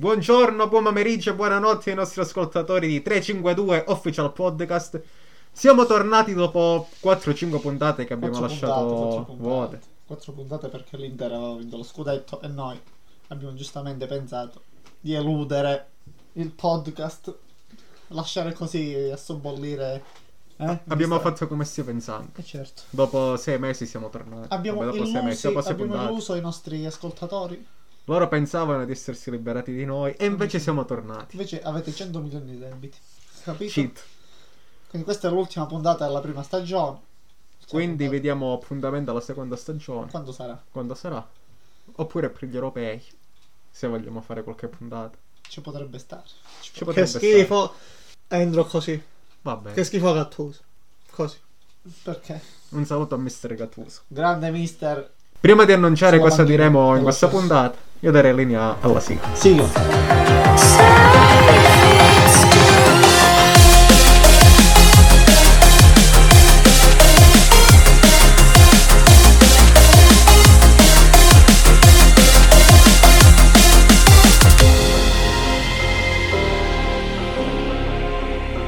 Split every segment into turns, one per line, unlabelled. Buongiorno, buon pomeriggio e buonanotte ai nostri ascoltatori di 352 Official Podcast. Siamo tornati dopo 4-5 puntate che abbiamo
Quattro
lasciato
puntate, quattro puntate.
vuote.
Quattro puntate perché l'Inter aveva vinto lo scudetto e noi abbiamo giustamente pensato di eludere il podcast, lasciare così a sobbollire. eh,
Abbiamo
mister?
fatto come stiamo pensando.
Eh, certo.
Dopo 6 mesi siamo tornati.
Abbiamo,
Vabbè, dopo sei
illusi,
mesi, dopo sei
abbiamo
puntate.
illuso i nostri ascoltatori.
Loro pensavano di essersi liberati di noi e invece siamo tornati.
Invece avete 100 milioni di debiti. Capito?
Cheat.
Quindi questa è l'ultima puntata della prima stagione. Siamo
Quindi
andati-
vediamo appuntamento alla seconda stagione.
quando sarà?
Quando sarà? Oppure per gli europei. Se vogliamo fare qualche puntata.
Ci potrebbe stare.
Ci
Che
potrebbe stare.
schifo. Entro così.
Va bene.
Che schifo Gattuso. Così.
Perché?
Un saluto a Mr. Gattuso.
Grande mister.
Prima di annunciare
Sulla
cosa
bandiera.
diremo in
Dello
questa
stesso.
puntata, io darei linea alla sigla.
Sigla.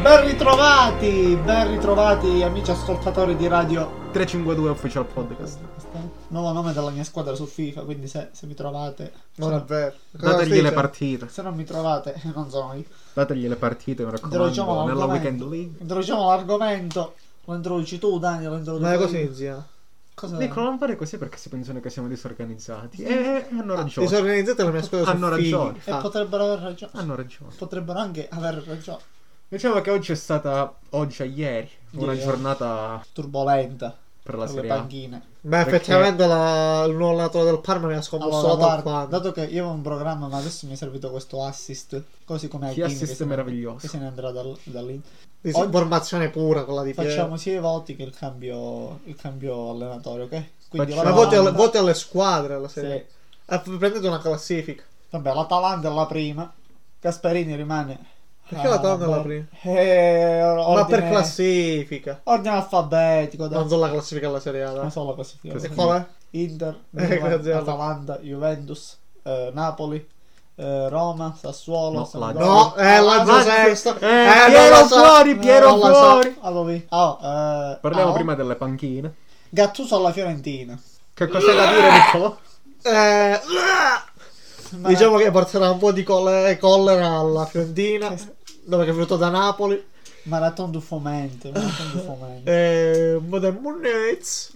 Ben ritrovati, ben ritrovati amici ascoltatori di Radio
352 Official Podcast.
Nuovo nome della mia squadra su FIFA, quindi se, se mi trovate...
Non
se
è vero. Cosa
Dategli
dice?
le partite,
se non mi trovate, non sono io.
dategli le partite, mi raccomando,
Introduciamo
nella weekend
l'argomento.
league.
Introduciamo l'argomento. Lo introduci tu, Dani, lo introduci
Ma
tu.
così inizia.
Cosa
Nico, non fare così perché si pensano che siamo disorganizzati. E
Ah,
hanno ragione.
Disorganizzata la mia squadra
Hanno
su figli.
ragione.
E
Ah,
potrebbero aver ragione.
Hanno ragione.
Potrebbero anche aver ragione.
Diciamo che oggi è stata, oggi e ieri, una
Ieri.
giornata
Turbolenta.
per la
Per le
Serie A.
panchine.
Ma
Perché-
effettivamente la- il nuovo allenatore del Parma mi ha
Allora,
scomposto
guarda,
da quando.
dato che io avevo un programma, ma adesso mi è servito questo assist. Così come
Chi
Hakimi,
assist
che se ne-
meraviglioso.
Che se ne andrà dal, dall'Inter.
Disinformazione pura quella di Piero.
Facciamo sia i voti che il cambio, il cambio allenatore, ok? Quindi
Facciamo-
Ma
la
voti alle,
Landa-
voti alle squadre alla
Sì.
serie. Ah, Prendete una classifica.
Vabbè, l'Atalanta è la prima. Gasperini rimane.
Perché l'Atalanta è la
beh.
prima?
Eh,
Ma
ordine-
per classifica.
Ordine alfabetico, dai.
Non so la classifica alla serie A.
Ma
dai.
solo così. figa.
E
Così.
qual è? Eh,
Inter,
grazie,
Milan,
Aldo.
Atalanta, Juventus, eh, Napoli, eh, Roma, Sassuolo,
No,
Sampdoria. Ah,
Lazio.
No, è la
Lazio.
sesta.
Eh, Piero fuori, Piero
non la so.
fuori.
Ah, dove? Ah, eh,
Parliamo
ah,
prima delle panchine.
Gattuso alla Fiorentina.
Che cos'è da dire, Niccolo?
Eh,
Ma-
diciamo che porterà un po' di colle- collera alla Fiorentina,
Che-
dove che è venuto da Napoli.
Marathon du Fomento. Marathon du Fomento.
Eh, un po' di Munez.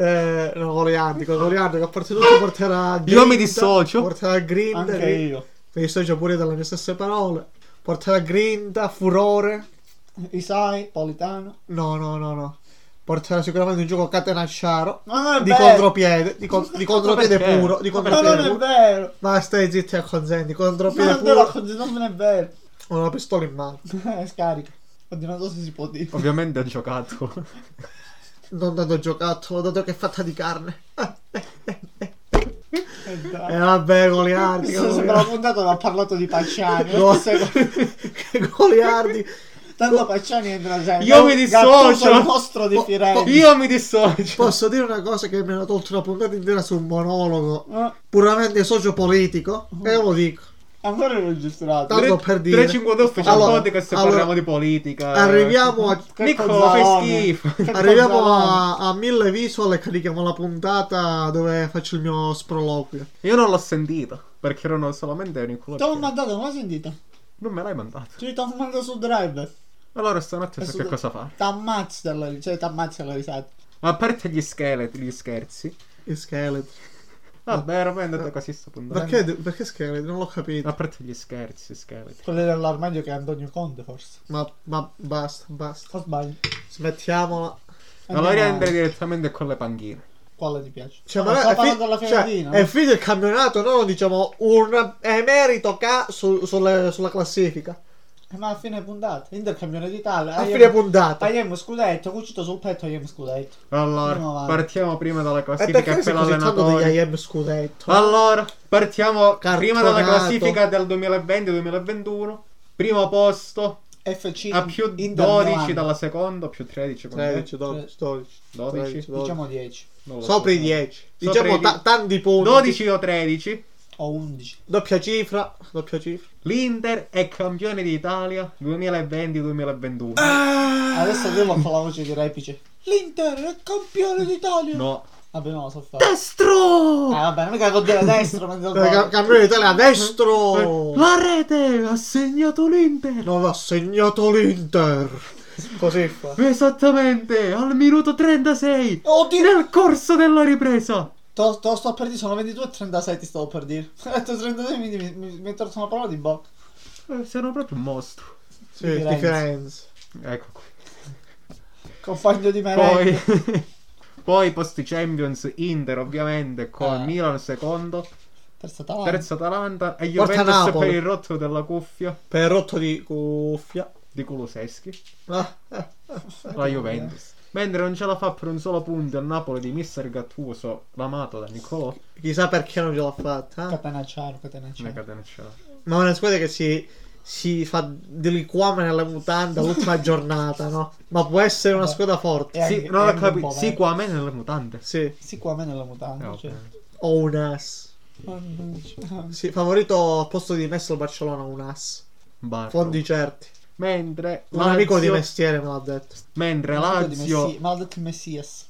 Eh, no, Goliardico, Goliardico a parte tutto porterà
Io mi
grinta,
dissocio.
porterà grinta,
Anche
gri-
io.
mi dissocio pure dalle mie stesse parole porterà grinta, furore
Isai, Politano.
no no no no porterà sicuramente un gioco catenacciaro
Ma non Ah, è
di
vero.
contropiede di, con- di contropiede
Perché?
puro di
Ma
Ma
contropiede
non è
puro
vero.
ma stai zitti e consenti
Ma
contropiede
non, te lo
puro
con- non è vero. Eh,
con una pistola in mano
Scarica. Oddio, non so se si può dire.
Ovviamente ha giocato.
non dato giocattolo dato che è fatta di carne
Eh, dai.
e vabbè
Mi
Goliardico
sono sembrava puntata ma ha parlato di Pacciani.
No.
Secondo-
Goliardi
Tanto Pacciani entra sempre.
Io mi
Gattuso
dissocio. Oh,
il mostro di
Po-
Firenze.
Io mi dissocio.
Eh, posso dire una cosa che mi hanno tolto una puntata intera su un monologo
Eh,
puramente sociopolitico
Uh-huh.
e io lo dico
Ancora non registrato.
Tanto per dire-
352 Official
Allora,
Podcast e
allora,
parliamo di politica.
arriviamo a
Che
Niccolo, fai
cozzalone.
schifo.
Che
Arriviamo
cozzalone.
a, a mille visual e carichiamo la puntata dove faccio il mio sproloquio.
Io non l'ho sentito perché erano solamente Niccolo. e
Te l'ho
Piero.
mandato, non l'ho sentito.
Non me l'hai mandato.
Cioè, ti ho mandato su drive.
Allora stanotte so
Adesso
che
do-
cosa fare.
T'ammazzi dalla cioè, t'ammazzi dalla risata.
A parte gli scheletri, gli scherzi.
Il scheletro.
Vabbè, ormai è andata così sto puntando.
Eh, Perché, perché scheletro? Non l'ho capito.
Ah.
A parte gli scherzi, scheletri.
Quello dell'armadio che è Antonio Conte, forse.
Ma, ma basta, basta.
O sbaglio?
Smettiamola.
Andiamo
Allora
avanti.
entra direttamente con le panchine.
Quale ti piace?
Cioè,
No,
ma
sto
è, fi-
parlando della
cioè,
Fiorentina.
è finito il campionato, no? Diciamo un emerito ca- su- sulle- sulla classifica.
Eh, Ma a fine puntata. Inter campione d'Italia.
A
Aiem-
fine puntata.
Aiem scudetto, cucito sul petto, Aiem scudetto. Andiamo
Allora,
avanti.
partiamo prima dalla
E
classifica
Eh, perché
e
sei
per
così tanto degli
l'allenatore.
IM scudetto?
Allora, partiamo prima dalla
Cartonato.
classifica del 2020-2021. Primo posto
FC
a più
Inter
12
Milan.
dalla seconda, più 13 con
13,
me.
12, 12.
12.
13, 12.
Diciamo 10.
Non lo so.
Sopra i 10.
Sopra
Diciamo
i
ta- tanti punti.
12 o 13.
o 11.
Doppia cifra, doppia cifra.
L'Inter è campione d'Italia 2020-2021.
Ah! Eh,
Adesso io lo fa la voce di Repice. L'Inter è campione d'Italia.
No.
Vabbè, non lo so fare.
Destro!
Ah, vabbè, non mica col della destra, ma del
Eh, ca-
gol.
Campione d'Italia destro!
Eh,
Eh?
La rete ha segnato l'Inter.
Non l'ha segnato l'Inter! Così fa.
Esattamente, al minuto 36.
Oddio,
Nel corso della ripresa.
Oh, te lo, te lo sto per dire, sono 22 e 36, ti stavo per dire. Ho detto 32, quindi mi, mi, mi è tornata una parola di bocca.
Eh, Sono proprio un mostro.
Sì, di Firenze.
Ecco qui.
Compagno
Eh,
di merenda.
Poi, poi post Champions Inter ovviamente con
Ah.
Eh.
Milan secondo,
Terza tavola.
terza Atalanta e
Porta
Juventus
Napoli.
per il rotto della cuffia
Per rotto di cuffia.
di Kuluseschi,
Ah, eh, eh.
la Juventus. Mentre non ce la fa per un solo punto il Napoli di Mister Gattuso, l'amato da Niccolò,
Chissà perché non ce l'ha fatta. eh.
Catanacciaro,
ne
Catanacciaro.
catenacciò.
Ma una squadra che si, si fa deliquame nella mutanda l'ultima giornata, no? Ma può essere una
Beh.
squadra forte.
Eh.
Sì,
anche-
non
è
ho
un
capito.
po'
Sì,
vecchio.
qua a me nelle mutande.
Sì,
Sì, qua a me nella mutanda.
Ah, ok.
cioè.
ho un as.
Mannaggia.
Sì, favorito al posto di Messi al Barcellona, un as.
Barco.
Fondi certi.
Mentre
Un amico di
Lazio-
mestiere me l'ha detto.
mentre
Maledetto di
Lazio
Messi- Maledetto Messias.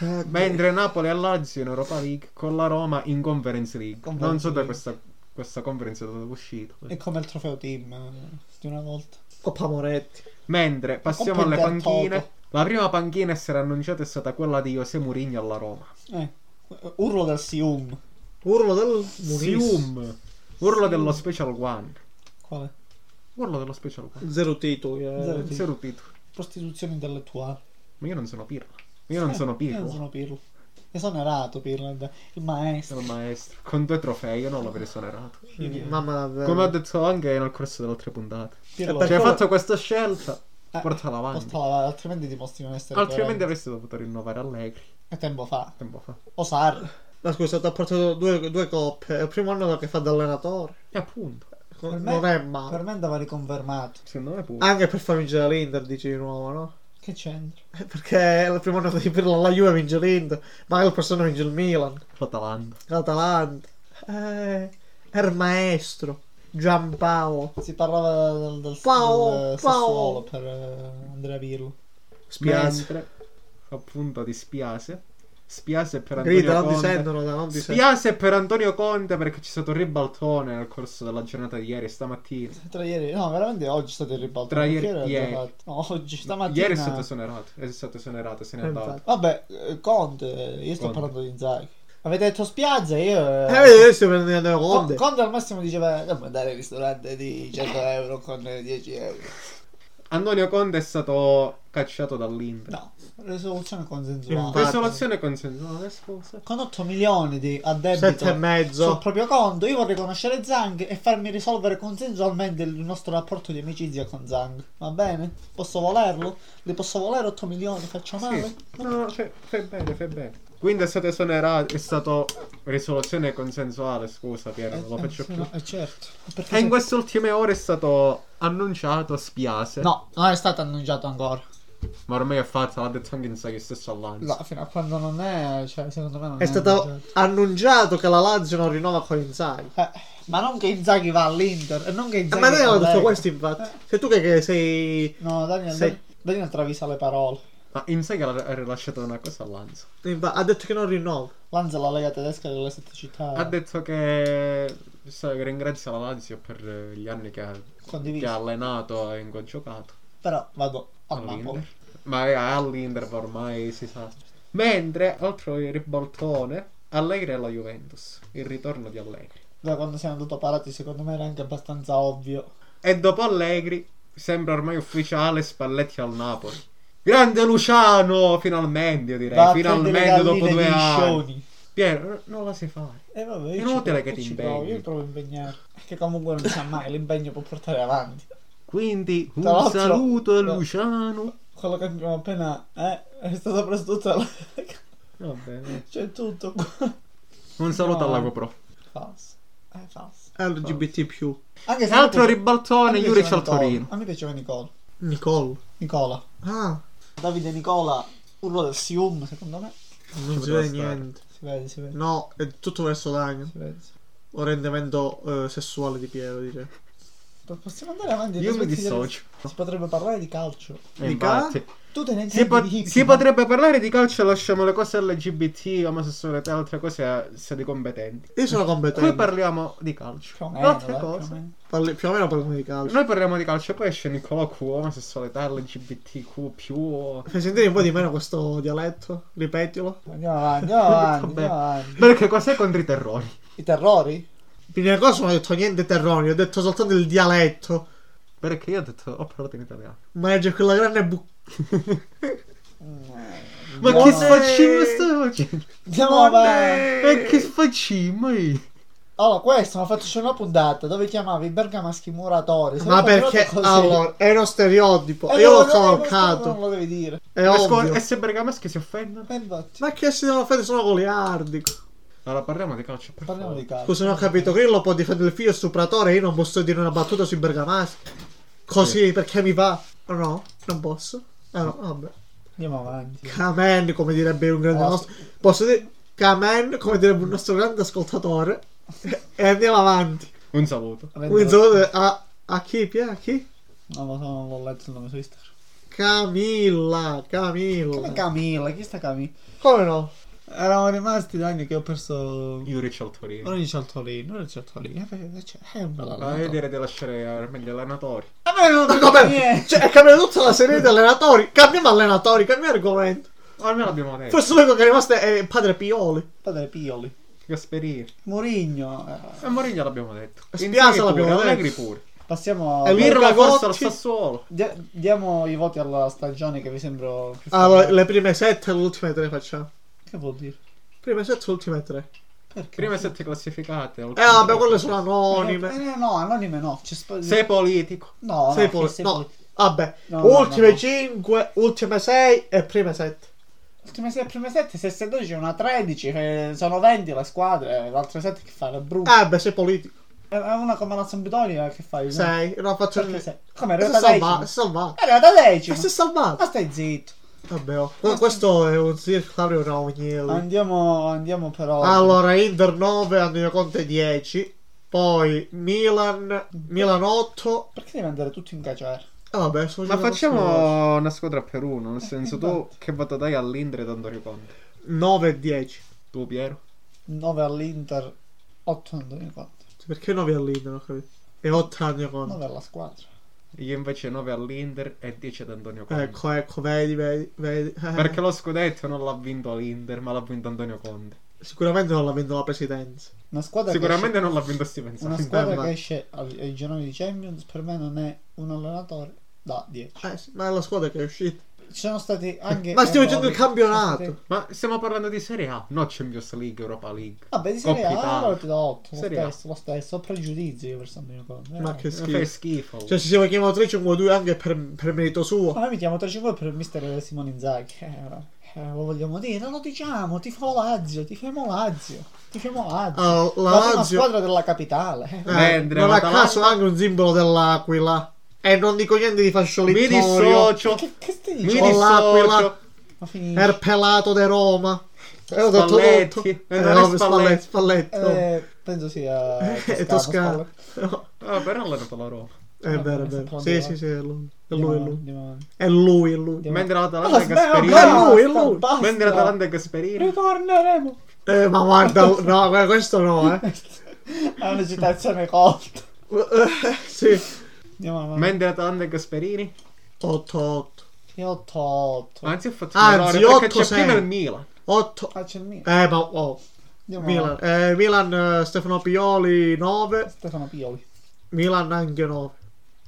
Eh,
Mentre Napoli e Lazio in Europa League con la Roma in Conference League.
Conference
non so da
League.
questa, questa conference da dove è uscito.
È come il trofeo team eh, di una volta.
Coppa Moretti.
Mentre passiamo alle
Coppa del
panchine.
Toto.
La prima panchina a essere annunciata è stata quella di José Mourinho alla Roma.
Eh, eh, urlo del Sium.
Urlo del Munis.
Sium. Urlo dello Special One.
Quale?
Urlo dello Special One.
Zero titoli. eh.
Zero.
Non si è rupito.
Prostituzione intellettuale. Eh,
Ma io non sono pirla. Io non sono
Io
pirla.
non sono Pirlo. Esonerato Pirlo. dai. Il maestro.
Sono un maestro. Con due trofei, io non l'avrei esonerato.
eh.
Mm, Mamma davvero.
Come ho detto anche nel corso delle altre puntate.
Pirlo.
Eh,
Cioè,
perché-
hai fatto questa scelta.
Eh,
Portala avanti.
postala, altrimenti dimostri di non essere
Altrimenti
coerente.
avresti dovuto rinnovare Allegri
Che tempo fa?
tempo fa.
Osar.
Ma scusa, ti ha portato due, due coppe. È il primo anno che fa da allenatore.
E appunto,
Per me-
non è male.
Per me andava riconfermato.
secondo me
Ah.
pure.
Anche per far vincere l'Inter, dici di nuovo, no?
Che c'entra?
Eh, Perché il primo anno di Pirlo la Juve vince l'Inter, magari il prossimo anno vince il Milan,
L'Atalanta.
l'Atalanta. Eh, era il maestro, Giampaolo,
Si parlava del, del,
Pau,
del
Pau.
Sassuolo per eh, Andrea Pirlo.
Spiazzi.
Mentre, appunto di Spiase. Spiase per Antonio
Grida, non ti
Conte.
sentono, dai, non ti sentono.
Spiase per Antonio Conte perché c'è stato un ribaltone nel corso della giornata di ieri, stamattina.
Tra ieri, no, veramente oggi è stato il ribalto.
Tra
Che
ieri-
era già
ieri.
fatto? No, oggi, stamattina.
Ieri è stato esonerato, è stato esonerato, se n'è
Eh,
andato.
infatti.
Vabbè, eh, Conte, io sto
Conte.
parlando di Inzaghi. Avete detto spiaggia, io...
Eh, vedi, adesso prendendo le
Con-
onde.
Conte al massimo diceva non mandare il ristorante di 100 euro con eh, 10 euro.
Antonio Conte è stato cacciato dall'Inter.
No, risoluzione consensuale.
Infatti.
Risoluzione consensuale, scusa.
Con 8 milioni di
Sette e
addebito sul
mezzo.
proprio conto, io vorrei conoscere Zang e farmi risolvere consensualmente il nostro rapporto di amicizia con Zang. Va bene? Posso volerlo? Le posso volere 8 milioni? Faccio male?
Sì. No, cioè, fai bene, fai bene. Quindi è stato esonerato, è stato risoluzione consensuale, scusa Piero, Eh,
Eh,
non lo faccio più.
è certo. Perché
E in
se-
queste ultime ore è stato annunciato Spiase.
No, non è stato annunciato ancora.
Ma ormai è fatta, l'ha detto anche Inzaghi stesso all'Anzi.
No, fino a quando non è, cioè, secondo me non è,
È
eh,
stato
annunciato.
annunciato che la Lazio non rinnova con Inzaghi.
Eh, ma non che Inzaghi va all'Inter, e non che
Eh,
Inzaghi
ma te l'ho detto
collega.
questo,
Eh.
infatti. Sei tu che, che sei...
No, Daniel,
Sei-
Daniel travisa le parole.
Ma Inzaghi ha ha rilasciato una cosa all'Anzi.
inva- ha detto che non rinnova.
Lanza la Lega tedesca delle sette città.
Ha detto che... sa, che ringrazia la Lazio per eh, gli anni che ha, che
Condiviso.
ha allenato e in cui ha giocato.
Però vado al
All'Inter.
Napoli.
Ma è all'Inter ormai si sa. Mentre, altro ribaltone, Allegri alla Juventus. Il ritorno di Allegri.
Da quando siamo andato parati, secondo me era anche abbastanza ovvio.
E dopo Allegri sembra ormai ufficiale Spalletti al Napoli. Grande Luciano, finalmente io direi.
Va a prendere
finalmente
le
dopo
galline
due
di
anni.
Scioni.
Piero, non la sai fare.
E vabbè, io
È
ci
inutile
provo,
che
io
ti
ci provo,
impegni.
Io provo a impegnare. Che comunque non si sa mai, l'impegno può portare avanti.
Quindi un
Tra l'altro- eh.
saluto a
no.
Luciano.
Quello che abbiamo appena eh, è stato preso tutta la...
Vabbè, vabbè.
C'è tutto qua.
un saluto
No.
alla GoPro.
Falso. È falso.
LGBT+. più.
Anche
E altro ribaltone,
Amico
Juric
c'era
al
Nicola.
Torino.
A me piaceva Nicola.
Nicole.
Nicola.
Ah,
Davide Nicola, urlo del Sium, secondo me.
Ci
non si
poteva
vede
stare.
niente.
Si vede, si vede.
No, è tutto verso l'agno.
Si vede.
orientamento eh, sessuale di Piero, direi.
Po- Possiamo andare avanti.
Io mi
Aspetta,
dissocio.
Si potrebbe parlare di calcio.
E
Di
infatti.
Tu te ne
Si, po-
intendi di
si
hip, no?
potrebbe parlare di calcio, lasciamo le cose LGBT, omosessualità e altre cose a sedi competenti.
Io sono
Qui
competente.
parliamo di
Più o
calcio.
meno,
Altre
dai, più o
cose.
meno.
Parli- più o meno parliamo di calcio.
Noi parliamo di calcio, poi esce Nicolò Q, omosessualità, LGBTQ, più...
Fai sentire un po' di meno questo dialetto, ripetilo.
Andiamo avanti, andiamo avanti,
Vabbè.
andiamo avanti.
Perché cos'è contro i terrori?
I terrori?
Prima cosa non ho detto niente terroni, ho detto soltanto il dialetto.
Perché io ho detto, ho parlato in italiano.
Ma c'è quella grande bu...
Ma
Andiamo
che
avanti.
facciamo sto facendo?
Andiamo
Nonne!
avanti.
Ma che facciamo? eh?
Allora, questo mi ha fatto c'è una puntata dove chiamavi i bergamaschi muratori. Se
Ma
non facevate
perché?
così-
Allora, è uno stereotipo.
Eh,
io
no,
l'ho
no, no,
cavalcato.
Non lo devi dire.
È
Ma scusa,
ovvio.
E se bergamaschi si offendono?
Eh, infatti,
Ma che si devono fare sono goliardi.
Allora parliamo di calcio, per
Parliamo di
favore.
calcio.
Scusa, non ho capito. Grillo può difendere il figlio stupratore. Io non posso dire una battuta sui bergamaschi. Così perché mi va. Oh, no, non posso. Ah, no, vabbè.
Andiamo avanti.
Camen, come direbbe un grande
Ah.
nostro. Posso dire. Camen, come direbbe un nostro grande ascoltatore. e andiamo avanti.
Un saluto.
Rendo-
Un saluto a, a chi? Pia? A chi?
Non lo so, non l'ho letto il nome su Instagram.
Camilla.
Come
Camilla.
Camilla? Chi sta Camilla?
Come no?
Eravamo rimasti da anni che ho perso.
Yuri Cialtorino.
Non il cialtolino, non il cialtolino. Eh, cioè, eh, me la
Ma io direi di lasciare eh, meglio allenatori.
A me Eh, non
Ma
frega
come?
niente.
Cioè, è cambiato tutta la serie di allenatori. Cambiamo allenatori, cambiamo argomento.
O almeno abbiamo
Eh.
detto.
Forse l'unico che è rimasto è padre Pioli.
Padre Pioli.
Gasperini.
Mourinho. eh,
E Mourinho l'abbiamo detto.
Spiazza
Inzaghi pure,
l'abbiamo detto.
Allegri pure.
Passiamo.
E lui-
Pirlo
Luca
forse al
Gocci.
Sassuolo.
Dia- diamo i voti alla stagione che vi sembra. più
Allora,
favorevole.
Ah, le prime sette e le ultime tre facciamo.
Che vuol dire?
Prime sette e le ultime tre.
Perché?
Prime sette classificate.
Eh vabbè, quelle sono anonime.
Eh, no, anonime no. C'è sp-
Sei politico.
No, no,
Sei
che
poli-
sei
no.
poli-
Vabbè,
No, no,
ultime
no, no.
5, ultime 6 e prime 7.
Ultime 6, prime 7, se sei 12 una 13, eh, sono 20 le squadre, le altre 7 che fai? È brutto.
Eh beh, sei politico.
È una come la Sampdoria che fai?
6, non faccio
Perché
niente.
sei? Come,
E Si
era
è
da 10?
salvato, si è salvato.
Era da
E si è
10? Ma
salvato.
stai zitto.
Vabbè, oh. Que- questo è un circo Fabio Rognelli.
Andiamo, andiamo però.
Allora, Inter 9, Antonio Conte 10. Poi Milan, Milan 8.
Perché devi andare tutti in cacciare?
Eh, vabbè, sono
Ma
giocato solo
facciamo una squadra per uno. Nel senso tu
infatti.
che voto dai all'Indre tanto riconto.
9 e 10.
Tu Piero.
9 all'Inter, 8 non devi conto.
Perché 9 all'Inter? Non ho capito. E 8 anni Conte.
9 alla squadra.
Io invece 9 all'Inter e 10 ad Antonio Conte.
Ecco, ecco, vedi, vedi, vedi. Eh,
Perché lo scudetto non l'ha vinto l'Inter, ma l'ha vinto Antonio Conte.
Sicuramente non la vendo la presidenza.
Una squadra
Sicuramente eh.
che
non l'ha vinto Steven
esce, una
Sarri.
squadra
ma-
che esce al- ai gironi di Champions, per me non è un allenatore da 10.
Eh, sì, ma è la squadra che è uscita.
Ci sono stati anche.
Ma stiamo
errori.
facendo il
Ci sono stati-
campionato.
Ma stiamo parlando di Serie A, no Champions League, Europa League.
Vabbè, di Serie A
Coppa Italia.
allora ti do 8. Lo
Serie A.
stesso, lo stesso. Ho pregiudizio io per Sandrino Conte. eh.
Ma che
Ma Fai
schifo.
schifo.
Cioè, se siamo chiamati 3 5 2 anche per, per merito
Ma
suo.
noi mettiamo 3-5 per mister Simone Inzaghi. Eh, eh, lo vogliamo dire? Non lo diciamo. Ti fa Lazio. Ti femo Lazio. Ti femo Lazio.
Ah, la
la prima
Lazio.
squadra della capitale. eh.
Eh,
Mentre
non a
l'Atalanta-
caso ha anche un simbolo dell'Aquila. E non dico niente di
Mi
fasciolittorio.
dissocio.
Che, che stai
Mi
dicendo?
Con l'Aquila.
dissocio.
Ma finisci.
Er pelato de Roma. E ho detto
Spalletti.
tutto.
E non
Eh,
è
vabbè,
Spalletti.
Spalletti, Spalletti. oh.
Eh, penso sia Toscano.
È toscano.
Spalletti.
Ah, però ha allenato la Roma.
È Eh, vero, è vero. Sì, sì, sì, è lui. È lui, è lui.
Andiamo avanti.
È lui, è lui.
Mentre
Allora,
l'Atalanta e
smettila,
Gasperini.
Ma no! lui, è
Ah, basta,
lui.
basta.
Mentre l'Atalanta e Gasperini.
Ritorneremo.
Eh, ma guarda, no, guarda, questo no, eh.
È una citazione colta.
Eh, sì.
Andiamo avanti.
Mentre l'Atalanta e Gasperini.
8-8.
Io ho 8.
Anzi, ho fatto un
Anzi,
errore perché c'è
8-6.
prima il Milan.
8.
Ah, c'è il mio.
Eh, ma oh.
Andiamo
Milan,
Ah.
avanti.
eh, Milan eh, Stefano Pioli 9,
Stefano Pioli.
Milan anche 9.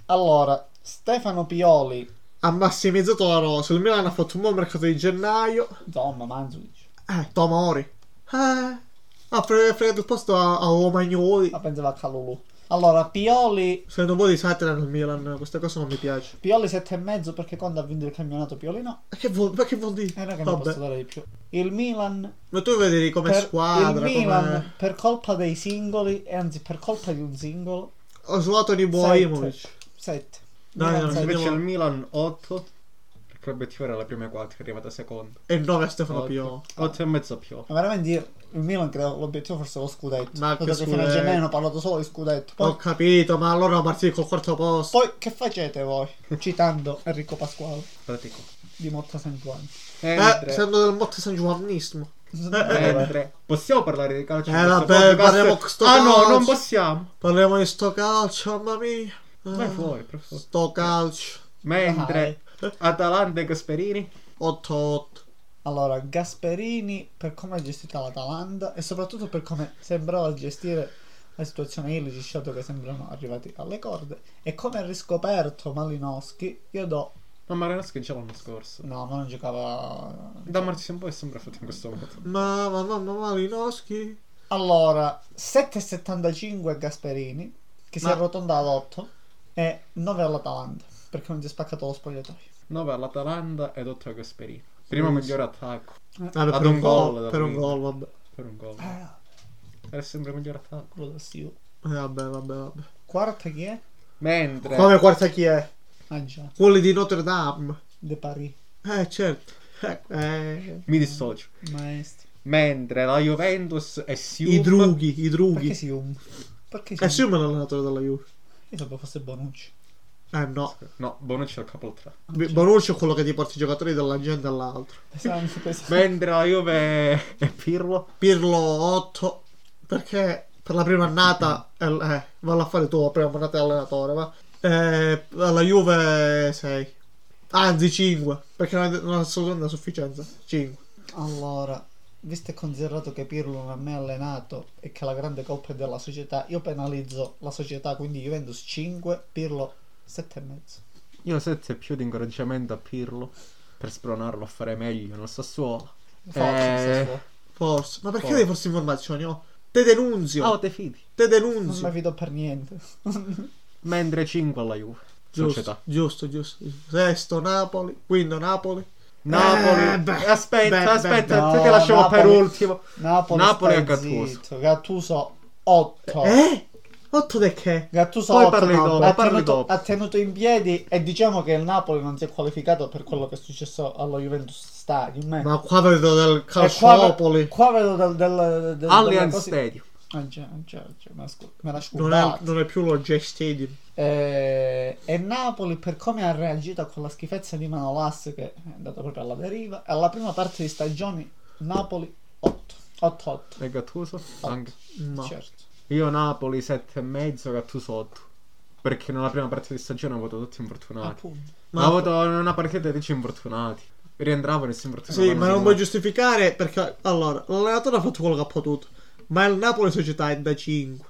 Allora, Stefano Pioli.
Ha massimizzato la rosa. Il Milan ha fatto un buon mercato di gennaio.
Insomma, Manzulic.
Eh, Tomori. Eh, ha fre- fregato il posto a, a Romagnoli.
Ma pensava a Calulu. Allora, Pioli.
Sento un po' di satira nel Milan, questa cosa non mi piace.
Pioli 7,5 perché quando ha vinto il campionato Pioli no.
Ma che vuol, ma che vuol dire?
Eh, raga, non
Vabbè.
posso dare di più. Il Milan.
Ma tu vedi come
per-
squadra,
il Milan
come...
per colpa dei singoli, e anzi per colpa di un singolo,
Ho suonato di Boimovic.
7.
Dai, non si
7.
vede.
Invece il Milan 8. L'obiettivo era la prima 4, è arrivata seconda.
E 9 a Stefano
Otto.
Pio.
8 e mezzo a Pio.
Ma veramente io, il Milan credo l'obiettivo fosse lo scudetto.
Ma
Dato
che
che fino a
scudetto?
gennaio hanno parlato solo di scudetto. Poi,
Ho capito, ma allora partire col quarto posto.
poi che facete voi? Citando Enrico Pasquale
Pratico.
di Motta San Giovanni.
Eh,
Mentre,
sento del motto San Giovannismo.
mentre- possiamo parlare di calcio? in
Eh,
questo
vabbè,
podcast?
parliamo con sto
Ah no,
calcio.
non possiamo.
Parliamo di sto calcio, mamma mia.
Vai
Ah,
fuori, professore.
Sto calcio.
Mentre Atalanta e Gasperini.
8-8.
Allora, Gasperini per come ha gestito l'Atalanta e soprattutto per come sembrava gestire la situazione Illich, dato che sembrano arrivati alle corde, e come ha riscoperto Malinowski, io do...
Ma Maranasco già l'anno scorso.
No, ma non giocava...
Da marzo in poi sembra fatto in questo modo.
Ma, ma, ma, ma, Malinowski.
Allora, 7,75 Gasperini, che si
Ma-
è arrotonda all'8, e 9 all'Atalanta, perché non si è spaccato lo spogliatoio.
9 all'Atalanta ed 8 a Gasperini. Primo miglior attacco.
Vabbè,
Ad
per un
un gol,
gol,
da
per un
Mourinho.
gol, vabbè.
Per un gol.
Ah,
Era sempre il miglior attacco.
quello del Siu.
Eh, vabbè, vabbè, vabbè.
Quarta chi è?
Mentre.
Come quarta chi è?
Ah già,
Eh. Quelli di Notre Dame.
De Paris,
Eh, certo. Eh, eh.
Mi dissocio.
maestri.
Mentre la Juventus è Sium.
I drughi, i
Perché
drughi.
Sium? Perché
Eh,
Sium?
sì, ma l'allenatore della Juve.
Io sapevo fosse Bonucci.
Eh, no.
No, Bonucci al capo 3.
B- Bonucci è quello che ti porta i giocatori dalla gente all'altro.
Pesante, pesante.
Mentre la Juve è Pirlo.
Pirlo 8 perché per la prima annata eh, eh, vallo a fare tu la prima annata di allenatore va Eh, alla Juve 6 anzi 5 perché non è, non è assolutamente una sufficienza 5
Allora, visto e considerato che Pirlo non ha mai allenato e che la grande colpa è della società, io penalizzo la società, quindi Juventus 5, Pirlo 7,5.
Io 7 più di incoraggiamento a Pirlo. Per spronarlo a fare meglio nel Sassuolo.
Forza,
Eh.
Sassuolo.
forse ma perché
Forse.
devi forse informazioni oh? te denunzio
Ah, oh, te fidi.
te
non
denunzio
mi fido per niente.
Mentre 5 alla Juve.
giusto,
Società.
giusto giusto sesto Napoli quinto Napoli
Napoli.
Eh, beh.
aspetta,
Beh, beh,
aspetta,
no,
te lasciamo per
Napoli.
ultimo.
Napoli,
Napoli
stai
a Gattuso.
zitto. Gattuso 8.
eh 8 de che
Gattuso
Poi
8
parli dopo,
ha,
parli
tenuto,
dopo.
ha tenuto in piedi e diciamo che il Napoli non si è qualificato per quello che è successo allo Juventus Stadium. eh.
ma qua vedo del
E qua,
calciopoli
qua vedo del, del, del delle
Allianz
cose-
Stadium.
Ah già, ah già, ah già, me la scu- me l'ha
non
scusato.
è, non è più lo J-Stadium
Eh, e Napoli per come ha reagito a quella schifezza di Manolas che è andata proprio alla deriva, alla prima parte di stagioni Napoli 8, 8-8,
E Gattuso? Anche.
no
certo.
Io Napoli 7 e mezzo, Gattuso 8. Perché nella prima partita di stagione ho avuto tutti infortunati.
Ah,
Appunto.
Ma ho avuto una partita di 10 infortunati. Rientravano e si infortunavano.
Sì, ma non vuoi giustificare perché allora l'allenatore ha fatto quello che ha potuto. Ma il Napoli società è da 5.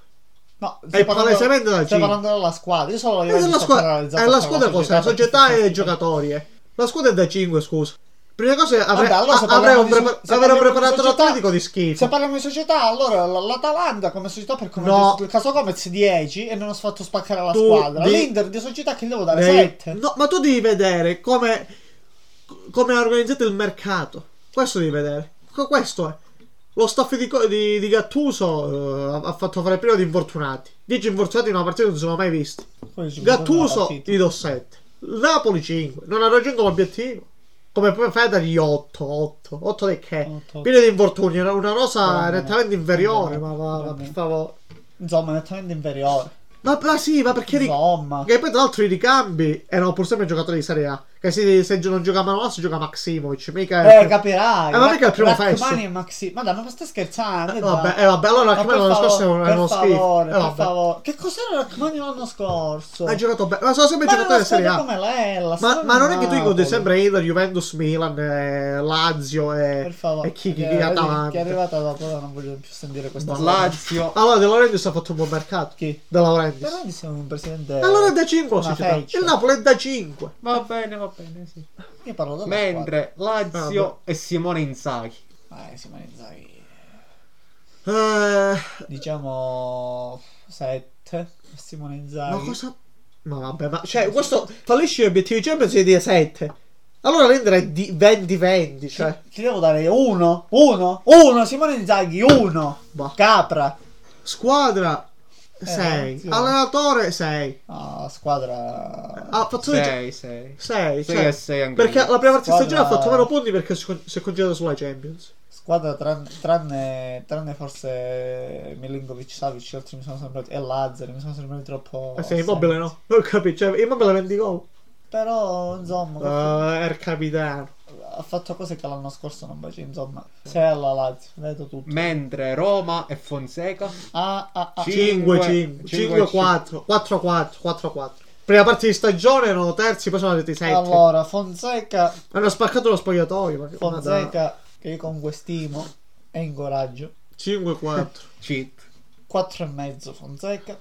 No,
È palesemente da
stai
5.
parlando della squadra, io solo la
E Eh, la
Juventus ho
squadra,
penalizzato
eh, la
per
squadra
società
cosa? La società
perché
e i
fa
giocatori. eh. La squadra è da 5, scusa. Prima cosa avrei,
Vabbè, allora se
a- avrei
parliamo
un
di so-
prepar-
se
avrei un
parliamo di
preparatore
società-
atletico di
schifo. Se
schifo.
parliamo di società, allora l- l'Atalanta come società per come
No.
ha gestito il caso Gomez 10 e non ha fatto spaccare la
Tu
squadra.
di-
L'Inter di società che gli devo dare
Lei-
7.
no, ma tu devi vedere come, come è organizzato il mercato. Questo devi vedere. Co- Questo è. Lo staff di, co- di- di Gattuso eh, ha- ha fatto fare prima di infortunati. 10 infortunati in una partita non si sono mai visti. Gattuso gli do 7. Napoli 5. Non ha raggiunto l'obiettivo. Come poi fai a dargli 8? 8, 8 di che?
Otto, otto.
Pieno di infortuni. Era una rosa
Vabbè.
nettamente inferiore. Ma,
Vabbè.
va, va, per
Vabbè.
favore.
Insomma, nettamente inferiore.
Ma, ma sì, ma perché. ri-
Insomma,
Che poi, tra l'altro, i ricambi erano pur sempre giocatori di Serie A. Che se, se non gioca Manolas, gioca Maximovic. Mica.
eh, capirai.
Eh, ma mica il primo
Rachmani
fesso.
e Maxi. Ma dai, ma stai scherzando?
Eh,
dai.
vabbè, eh, vabbè, allora
Ma per
Rachmani l'anno
favore,
scorso era uno- era uno
per
schifo.
favore,
Eh,
per
vabbè. Eh,
favore. Che cos'era Rachmani l'anno scorso?
Ha giocato bene. Ma sono sempre
ma
giocatori di Serie A.
come l'Ella.
Ma, ma non è che tu incontri
Napoli.
sempre Inter, Juventus, Milan, eh, Lazio e,
Per favore,
e chi, chi, chi
che-
Atalanta.
che è arrivata dopo, ora non voglio più sentire questa
Ma-
storia.
Lazio.
Allora De Laurentiis ha fatto un buon mercato.
Chi?
De Laurentiis.
Però noi siamo un presidente.
Allora è da 5 la
Una
società.
feccia.
Il Napoli è da 5.
Va bene, va bene, sì.
Io parlo della
Mentre Lazio e Simone Inzaghi.
squadra. Eh, Simone Inzaghi.
Eh, ma
Diciamo 7. Simone Inzaghi.
cosa... Ma vabbè, ma... Cioè, questo... Fallisci gli obiettivi Champions e di 7. Allora l'Inter è di 20-20, cioè...
Ti devo dare 1, 1, 1, Simone Inzaghi 1.
Boh.
Capra.
Squadra 6.
Eh, sì.
Allenatore 6.
Ah, squadra
ha fatto
6, 6.
6,
6 e 6 anche
Cioè, Perché
lui.
la prima partita di stagione ha
Squadra-
fatto 9 punti perché si, con- si è congelato sulla Champions.
Squadra tran- tranne, tranne forse Milinkovic, Savic, gli altri mi sono sembrati e Lazzari mi sono sembrati troppo
Oh,
Eh, se immobile no, non capisco. Cioè, immobile 20
Oh,
gol.
Però insomma
Eh, er capitano.
ha fatto cose che l'anno scorso non faceva, insomma. Se alla Lazio, vedo
Mm.
tutto.
Mentre Roma e Fonseca.
Ah, ah, ah.
Sì.
5
Cinque,
5
cinque,
5 4 4 4 4 4. Prima parte di stagione erano terzi, poi sono arrivati 7.
Allora, Fonseca,
Hanno spaccato lo spogliatoio. ma che
Fonseca che io comunque stimo e incoraggio.
5 4.
Cheat.
4 e mezzo Fonseca,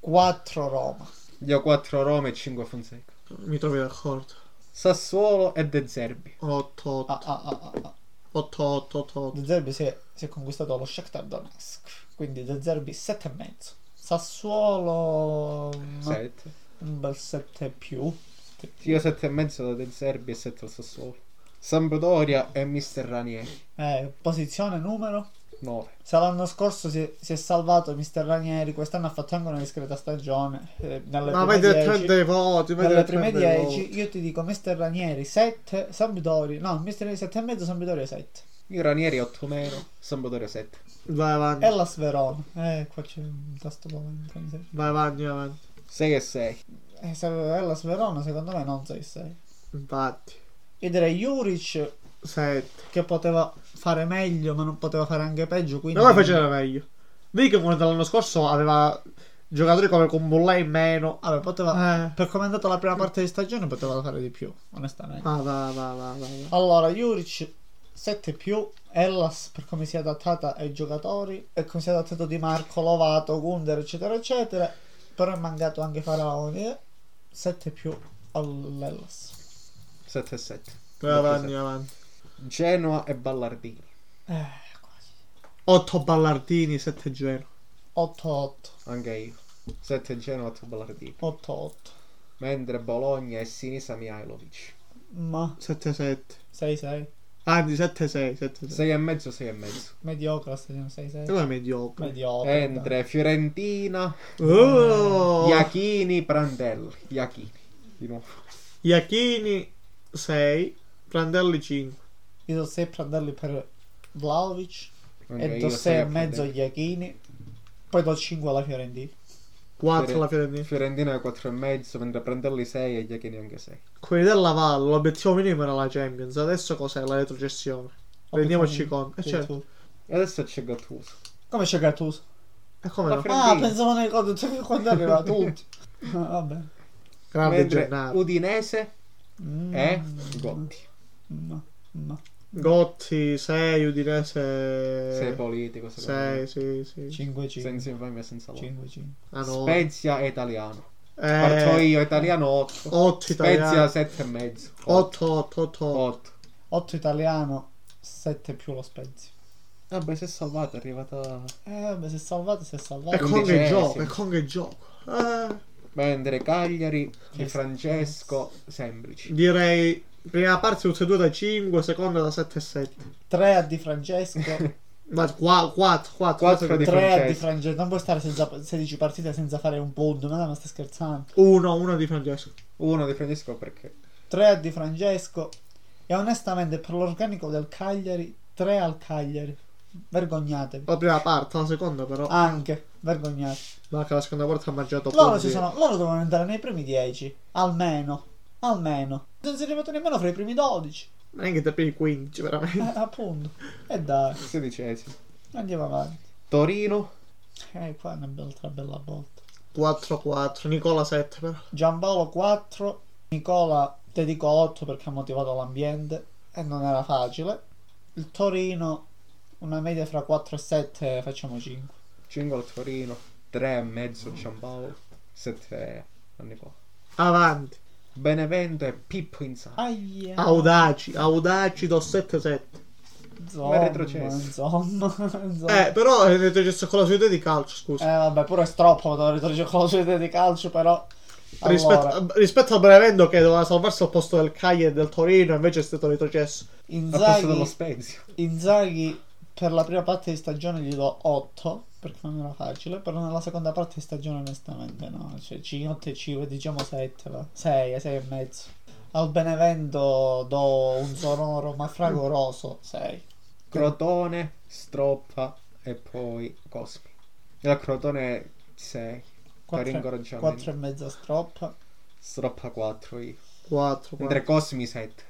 4 Roma.
Io 4 Roma e 5 Fonseca.
Mi trovi d'accordo.
Sassuolo e De Zerbi.
8 8
Ah, ah, ah, ah, ah.
8 8 8 8.
De Zerbi si è, si è conquistato lo Shakhtar Donetsk, quindi De Zerbi 7 e mezzo. Sassuolo mm,
7.
un bel 7 più. Sette più.
Io 7 e mezzo da De Zerbi e 7 al Sassuolo. Sampdoria e Mister Ranieri.
Eh, posizione numero
9.
Se l'anno scorso si è, si è salvato Mister Ranieri, quest'anno ha fatto anche una discreta stagione. eh, nelle
Ma vai
prime
direttamente
10,
ai voti. vai
nelle prime
direttamente ai voti.
10 io ti dico Mister Ranieri 7, Sampdoria, no, Mister Ranieri 7 e mezzo, Sampdoria 7.
Io Ranieri 8 meno. Sampdoria 7.
Vai avanti.
E la Sverona. Eh, qua c'è un tasto momento.
Vai avanti, vai avanti.
6 e 6.
Eh, se è la Sverona, secondo me non 6 6.
Infatti.
Io direi Juric
7.
che poteva fare meglio, ma non poteva fare anche peggio, quindi
Ma poi faceva meglio. Vedi che uno dell'anno scorso aveva giocatori come con Bullà in meno.
Vabbè, poteva
Eh.
per come è andata la prima parte di stagione poteva fare di più, onestamente.
Va, va, va, va, va, va.
Allora, Juric 7 più, Ellas per come si è adattata ai giocatori e come si è adattato Di Marco, Lovato, Gunder, eccetera, eccetera. Però è mancato anche Faraoni. 7 più all'Ellas.
7 e 7.
Vai avanti, vai avanti.
Genoa e Ballardini.
Eh, quasi.
8 Ballardini, 7 Geno.
8-8.
Anche io. 7 Genoa, 8 Ballardini.
8-8.
Mentre Bologna e Sinisa Mihailovic.
Ma
7 7.
6-6.
Anzi, 7 6, 7 6.
6 e mezzo, 6 e mezzo.
Mediocre la stagione
E
6-6.
poi
Mediocre.
mediocre.
Oh, dai.
Mentre Fiorentina,
Oh!
Iachini, Prandelli. Iachini. Di nuovo.
Iachini 6, Prandelli 5.
Io do 6 prandelli per Vlaovic.
Anche
e
io
do 6
sei
e mezzo agli Iachini. Poi do 5 alla Fiorentina.
4
Fiore-
alla Fiorentina.
Fiorentina è 4 e mezzo, mentre Prandelli 6 e Iachini anche 6.
Quelli della Valle, l'obiettivo minimo era la Champions. Adesso cos'è la retrocessione? Rendiamoci conto. Eh,
Sì,
certo.
tu.
E adesso c'è Gattuso.
Come c'è Gattuso?
E Eh, come
La
no?
Fiorentina.
Ah, pensavo nel conto cioè, quando arriva tutti. Ah, Vabbè.
Grande
mentre
giornata.
Udinese
Mm,
e Gotti.
ma- ma.
Gotti 6, Udinese
Sei politico, secondo me.
6, sì, Eh, sì.
5 5.
Senza infamia, senza lode.
5 5.
Ah no.
Spezia e Italiano. Parto
Eh,
io, Italiano 8.
8
Spezia
italiani.
7 e mezzo.
8 8 8.
8.
8 italiano, 7 più lo Spezia.
Vabbè, si è salvata, è arrivata.
Eh, vabbè, se salvate, se
E
salvate.
Ecco.
con che
Undicesimo.
gioco, e con che gioco. Eh,
Mentre Cagliari
Che
e Francesco semplici.
direi prima parte tutte e due da 5, seconda da 7 e 7.
3 a Di Francesco, 3
Ma 4 4
Quattro
4
di-
a Di
Francesco.
Francesco. Non puoi stare senza 16 partite senza fare un punto. Ma dai, ma stai scherzando?
1 1 di Francesco.
Uno di Francesco perché
3 a Di Francesco. E onestamente, per l'organico del Cagliari, 3 al Cagliari. Vergognatevi.
La prima parte, la seconda però.
Ah.
Anche, vergognati.
Ma anche la seconda parte ha mangiato
Loro,
punti.
si sono, loro devono entrare nei primi 10. Almeno. Almeno. Non si è arrivato nemmeno fra i primi 12.
Non è che te prendi 15
Eh,
veramente.
appunto. E dai,
sedicesimo.
andiamo avanti.
Torino,
Eh, qua è un'altra bella botta.
4 4, Nicola 7 però.
Giampaolo 4. Nicola dedico 8 perché ha motivato l'ambiente. E non era facile. Il Torino, una media fra 4 e 7, facciamo 5.
5 al Torino, 3 e mezzo Ciampaolo, 7 anni fa.
Avanti.
Benevento e Pippo Inzaghi.
Aia.
Audaci, audaci do 7 7.
Ma
Insomma,
è retrocesso.
Insomma, insomma.
Eh, però è retrocesso con la sua idea di calcio,
Eh
scusa.
vabbè, pure Stroppo doveva ritornare con la sua idea di calcio, però... Eh, Allora,
Rispetto, eh, rispetto al Benevento che doveva salvarsi al posto del Cagliari e del Torino, invece è stato retrocesso.
Al posto
Inzaghi,
dello Spezia.
Inzaghi per la prima parte di stagione gli do 8 perché non era facile, però nella seconda parte di stagione onestamente no, cioè C8 e C diciamo 7, 6, 6 eh, e mezzo. Al Benevento do un sonoro ma fragoroso 6.
Crotone, Stroppa e poi Cosmi. E la Crotone 6, per
4,
incoraggiamento.
4 e mezzo stroppa,
diciamo, Stroppa 4 io.
4,
Mentre Cosmi 7.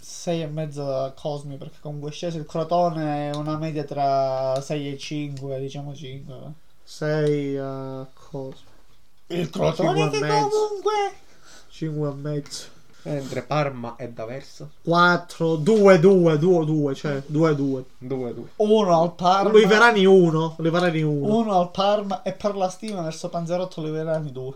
6 e mezzo Cosmi perché comunque è sceso il Crotone è una media tra 6 e 5, diciamo 5.
6 a eh, cosa?
Il
Crotone che
comunque
5 e mezzo.
Mentre Parma è D'Averso
4, 2, 2, 2, 2, cioè 2, 2.
2-2.
1 al Parma.
Lui Verani 1, lui Verani 1.
Uno al Parma e per la stima verso Panzerotto Liverani 2.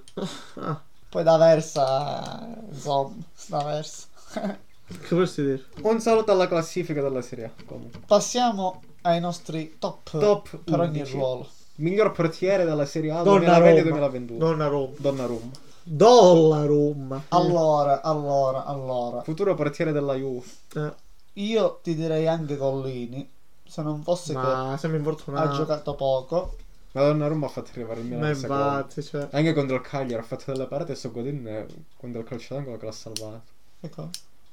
Ah,
Poi da Versa, insomma, da Versa.
che vorresti dire?
Un saluto alla classifica della Serie A. Comunque.
Passiamo ai nostri top,
Top
per ogni
11.
ruolo.
Miglior portiere della Serie A
Donnarumma.
2020-2021.
Donnarumma.
Donnarumma.
Donnarumma.
Allora, allora, allora.
Futuro portiere della Juve.
Eh,
Io ti direi anche Collini, se non fosse
ma siamo
che ha
infortunati.
giocato poco.
Ma Donnarumma ha fatto arrivare il Milan
Ma
al secondo.
infatti, cioè.
Anche contro il Cagliari ha fatto delle parate e so Godin eh, contro il calcio d'angolo che l'ha salvato.
Ecco.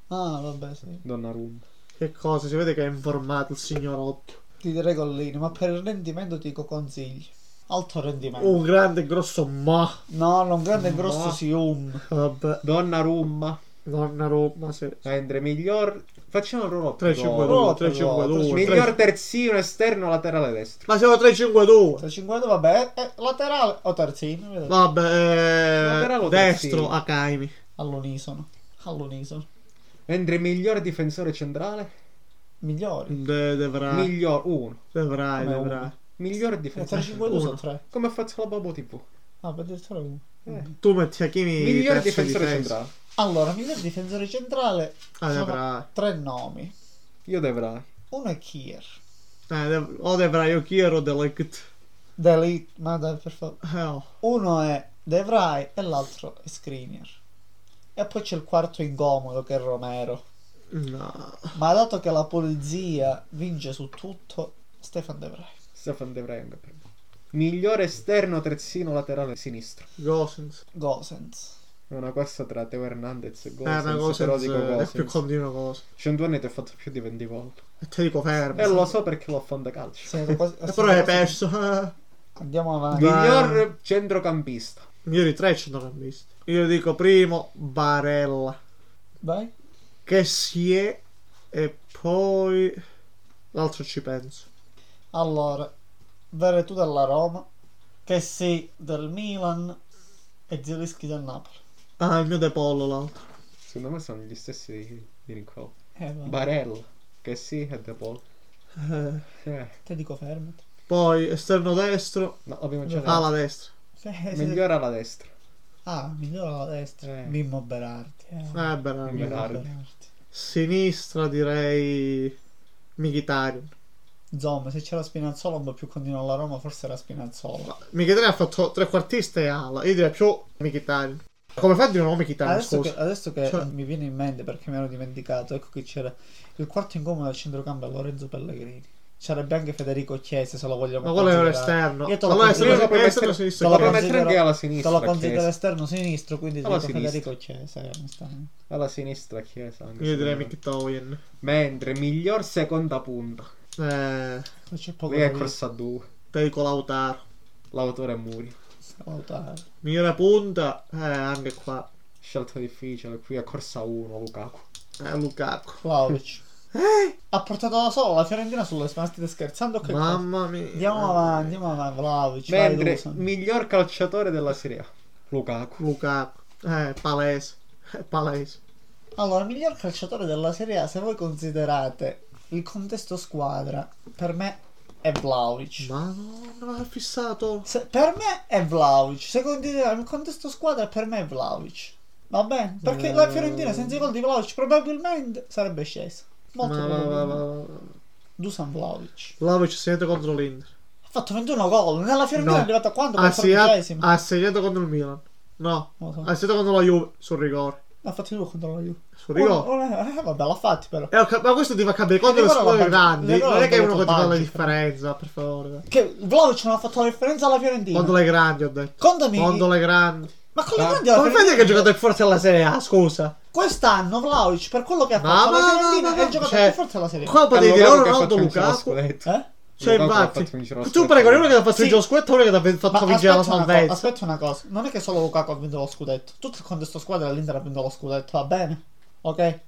Ah, vabbè, sì.
Donnarumma.
Che cosa? Si vede che è informato il signorotto.
Ti direi Collini, ma per il rendimento dico consigli. Alto rendimento.
Un grande e grosso ma.
No, non grande e grosso
No.
Sium.
Vabbè,
Donnarumma.
Donnarumma, sì.
Mentre miglior... Facciamo il ruolo
3-5-2,
Miglior
3-5-2.
Miglior
3
terzino esterno laterale destro.
Ma siamo 3-5-2.
350 vabbè, eh, laterale o terzino, vedo.
Vabbè,
Laterale
eh,
o
destro
terzino?
Akaimi.
all'unisono. All'unisono.
Mentre miglior difensore centrale.
Migliori.
De, devrai,
Miglior... Uno.
devrai,
Come
devrai.
Miglior
Eh,
difensore.
352 sono
Uno.
3.
Come ha fatto la Babbo TV.
Ah, per addirittura uno.
Eh.
Tu metti Hakimi
Miglior
terzo
difensore
difesa.
centrale.
Allora, miglior difensore centrale
Ah,
sono
Devrai.
tre nomi.
Io Devrai.
Uno è Kier.
Eh, Dev- o Devrai o Kier o Delict.
Delete, ma dai, per favore.
Eh, oh.
Uno è De Vrij e l'altro è Skriniar. E poi c'è il quarto incomodo che è Romero.
No.
Ma dato che la polizia vince su tutto, Stefan De Vrij.
Stefan Devrai anche per me. Miglior esterno terzino laterale sinistro.
Gosens.
Gosens.
È una corsa tra Teo Hernandez e
È
Gosens.
Eh, una cosa
però dico Cioè,
è più
Gosens.
continua cosa.
Centuanni ti ha fatto più di 20 gol.
E te dico fermo.
E lo so perché l'ho fatto calcio.
Siamo quasi-
E però
siamo
hai
quasi-
perso. eh.
Andiamo avanti.
Miglior centrocampista.
Migliori tre ci non ho visto. Io dico primo Barella.
Vai.
Che si è. E poi. L'altro ci penso.
Allora, Veretù della Roma, che sì del Milan e Zelischi del Napoli.
Ah, il mio De Pollo l'altro.
Secondo me sono gli stessi di, di Niccolò.
Eh, va.
Barella. Che sì, è De Paul.
Ah. Eh,
Eh,
Te dico fermati.
Poi esterno destro,
no, abbiamo già detto.
ala destra.
Eh, sì.
Migliore alla destra.
Ah, migliore alla destra.
Eh.
Mimmo Berardi. eh.
Eh, beh, no,
Mio
Mimmo
Berardi.
Sinistra direi Mkhitaryan.
Insomma, se c'era Spinazzola un po' più continuo alla Roma, forse era Spinazzola.
Mkhitaryan ha fatto trequartista e ala. Io direi più Mkhitaryan. Come fa a dire no Mkhitaryan,
Adesso che,
scusa?
adesso che
Cioè-
mi viene in mente perché mi ero dimenticato, ecco che c'era il quarto incomodo al centrocampo è Lorenzo Pellegrini. C'arebbe anche Federico Chiesa se lo vogliamo
Ma quello è un
considerare.
esterno.
Io te lo
Allora
considero-
esterno,
Io lo puoi
esterno,
mettere- Te
Te
sinistro.
lo puoi
lo
Allora,
mettere
considero-
anche alla
Te
sinistra.
lo considero
Chiesa.
esterno sinistro, quindi
Alla
dico
sinistra.
Federico Chiesa. eh, onestamente.
Alla sinistra Chiesa. anche
Io direi
secondo me.
Mkhitaryan.
Mentre miglior seconda punta.
Eh,
Qui C'è poco
Lui
da
è
dire.
corsa a due.
te dico Lautaro.
L'autore è Muri.
Lautaro.
Migliore punta, eh, anche qua.
Scelta difficile. Qui è corsa 1 Lukaku.
Eh, Lukaku.
Vlahovic. Ha portato da solo la Fiorentina sulle spalle, state scherzando? Che cosa?
Eh! Mamma mia.
Andiamo avanti, andiamo avanti, Vlaovic. vai,
Mentre
Dusan.
miglior calciatore della Serie A. Lukaku.
Lukaku. Eh, palese. Eh, palese.
Allora, miglior calciatore della Serie A, se voi considerate il contesto squadra, per me è Vlaovic.
Ma no, non ha fissato.
Se- per me è Vlaovic. Se considerate il contesto squadra, per me è Vlaovic. Va bene? Perché la
Eh.
Fiorentina senza i gol di Vlaovic probabilmente sarebbe scesa. Molto
Ma va, va,
probabilmente.
va, va.
Dusan Vlaovic.
Vlahovic si mette contro l'Inter.
Ha fatto 21 gol. Nella Fiorentina
No. Ah,
è arrivato a quanto?
Ha ah, segnato,
14esimo.
ha segnato contro il Milan. No,
Non lo so.
ha segnato contro la Juve sul rigore.
Ha fatto due contro la Juve.
Su Rigò.
Oh, oh, eh, vabbè, l'ha fatti però.
Eh, ho cap- ma questo ti fa capire quando le
Rigò non
squadre
l'ha fatto-
grandi
Rigò
non è che
l'ha
uno che ti fa la
fatto-
differenza, per favore.
Che Vlaovic non ha fatto la referenza alla Fiorentina.
Quando le grandi, ho detto.
Condami.
Quando le grandi.
Ma con le
Ah.
grandi alla
Come fai a
Fiorentina-
dire che ha giocato forza alla Serie A? Scusa.
Quest'anno Vlaovic per quello che ha
Ma-
fatto
ma-
la
ma-
Fiorentina
ma-
è il giocatore
cioè-
più forte della Serie A.
Qua potevi dire
Lukaku
o
che ha
Ronaldo
fatto
o
vincere lo
Lukaku.
scudetto.
Eh?
Cioè,
Lukaku ha
infatti,
fatto vincere lo
tu
scudetto.
pregoni uno che l'ha fatto
Sì.
vincere lo scudetto e uno che l'ha fatto vincere
aspetta
la
una, cosa,
salvezza.
aspetta una cosa, non è che solo Lukaku ha vinto lo scudetto, tutto il contesto squadra dell'Inter ha vinto lo scudetto, va bene? Ok?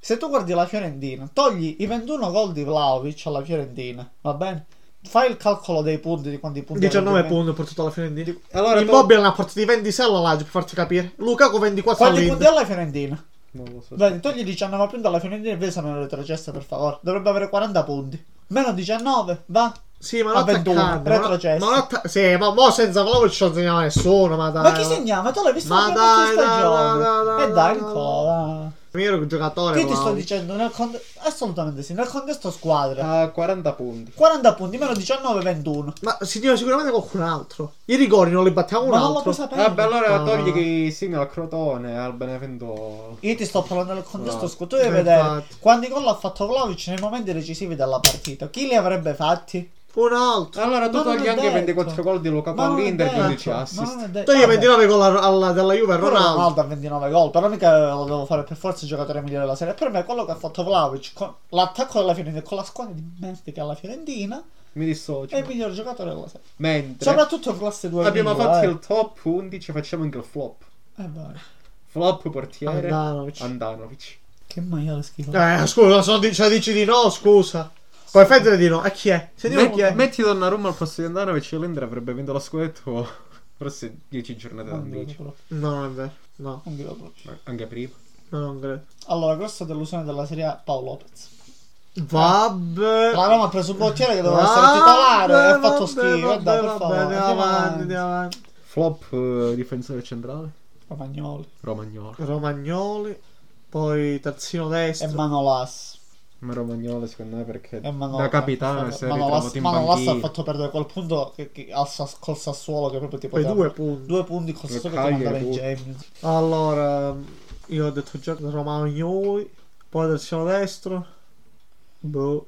Se tu guardi la Fiorentina, togli i 21 gol di Vlaovic alla Fiorentina, va bene? Fai il calcolo dei punti di quanti punti ha
19
vinto.
punti ha portato alla Fiorentina.
Allora,
Immobile è una porta di 26 alla Lazio, per farti capire. Lukaku 24
Quanti punti
all'Inter.
alla Fiorentina?
Non lo so.
Vedi, togli 19 punti alla Fiorentina e vedi se non retrocessa per favore. Dovrebbe avere 40 punti. Meno 19, va?
Sì, ma
a
non
21,
attaccando. ma-
retrocesso.
Ma non atta- Sì, ma mo senza Vlaovic non segnava nessuno, ma dai.
Ma chi segnava? Tu l'hai visto
Ma
la prima
dai, dai, dai,
stagione.
dai,
E dai
dai,
ancora.
Io ero un giocatore.
Io ti sto
Vlahovic.
dicendo, nel conte- assolutamente sì, nel contesto squadra.
Ha 40 Ah, punti.
40 punti, meno 19, 21.
Ma signora, sicuramente qualcun altro. I rigori non li battiamo un
Ma non lo puoi
altro.
sapere.
Vabbè, allora
Ah.
togli che simile al Crotone, al Benevento.
Io ti sto parlando del contesto
No.
squadra. Tu devi
Eh,
vedere
infatti.
quanti gol ha fatto Vlaovic nei momenti decisivi della partita. Chi li avrebbe fatti?
Un altro.
Allora tu
Ma non
togli
è
anche i
detto.
24 gol di Lukaku
non è
all'Inter e
detto,
15
ma
assist.
non è detto.
Togli
Eh, Vabbè,
29 gol alla- alla- della Juve a
pure Ronaldo.
Ronaldo.
ha 29 gol, però mica lo devo fare per forza il giocatore migliore della serie. Per me quello che ha fatto Vlaovic con l'attacco della Fiorentina e con la squadra di merda che ha la Fiorentina
Mi
è il
dissocio.
miglior giocatore della serie.
Mentre
Soprattutto in classe 2
abbiamo fatto il top 11, facciamo anche il flop.
Eh vai.
Flop
Ah,
eh.
portiere
Andanovic.
Andanovic.
Che maiale schifo.
Eh, scusa, so di- cioè, dici di no, scusa. Puoi federe di no. E chi è? Sentiamo
Metti,
chi è.
metti Donnarumma al posto di Andanovic, l'Inter avrebbe vinto lo scudetto forse 10 giornate da
Non credo
10.
proprio.
No, non è vero. No,
Non credo proprio.
Ma Anche prima.
no, non credo.
Allora, grossa delusione della serie A Paolo Lopez.
Vabbè.
La Roma ha preso un portiere che doveva essere
Vabbè,
titolare. Ha
Ah, vabbè,
fatto schifo.
vabbè,
eh, dai, per
vabbè,
favore.
Andiamo avanti, andiamo avanti.
Flop eh, difensore centrale
Romagnoli
Romagnolo.
Romagnoli. Poi terzino
e
destro.
Manolas.
Ma Romagnolo secondo me perché
Eh,
E Manolas.
da capitano si è
Manolas,
ritrovato in
Manolas ha
panchina.
fatto perdere quel punto che, che, al Sass- col Sassuolo che proprio ti
Poi
poteva-
due punti.
Due punti col Sassuolo che ti
Cagliari, uh.
mandava in
due.
Champions.
Allora, io ho detto già Romagnoli. Poi terzino destro. Boh.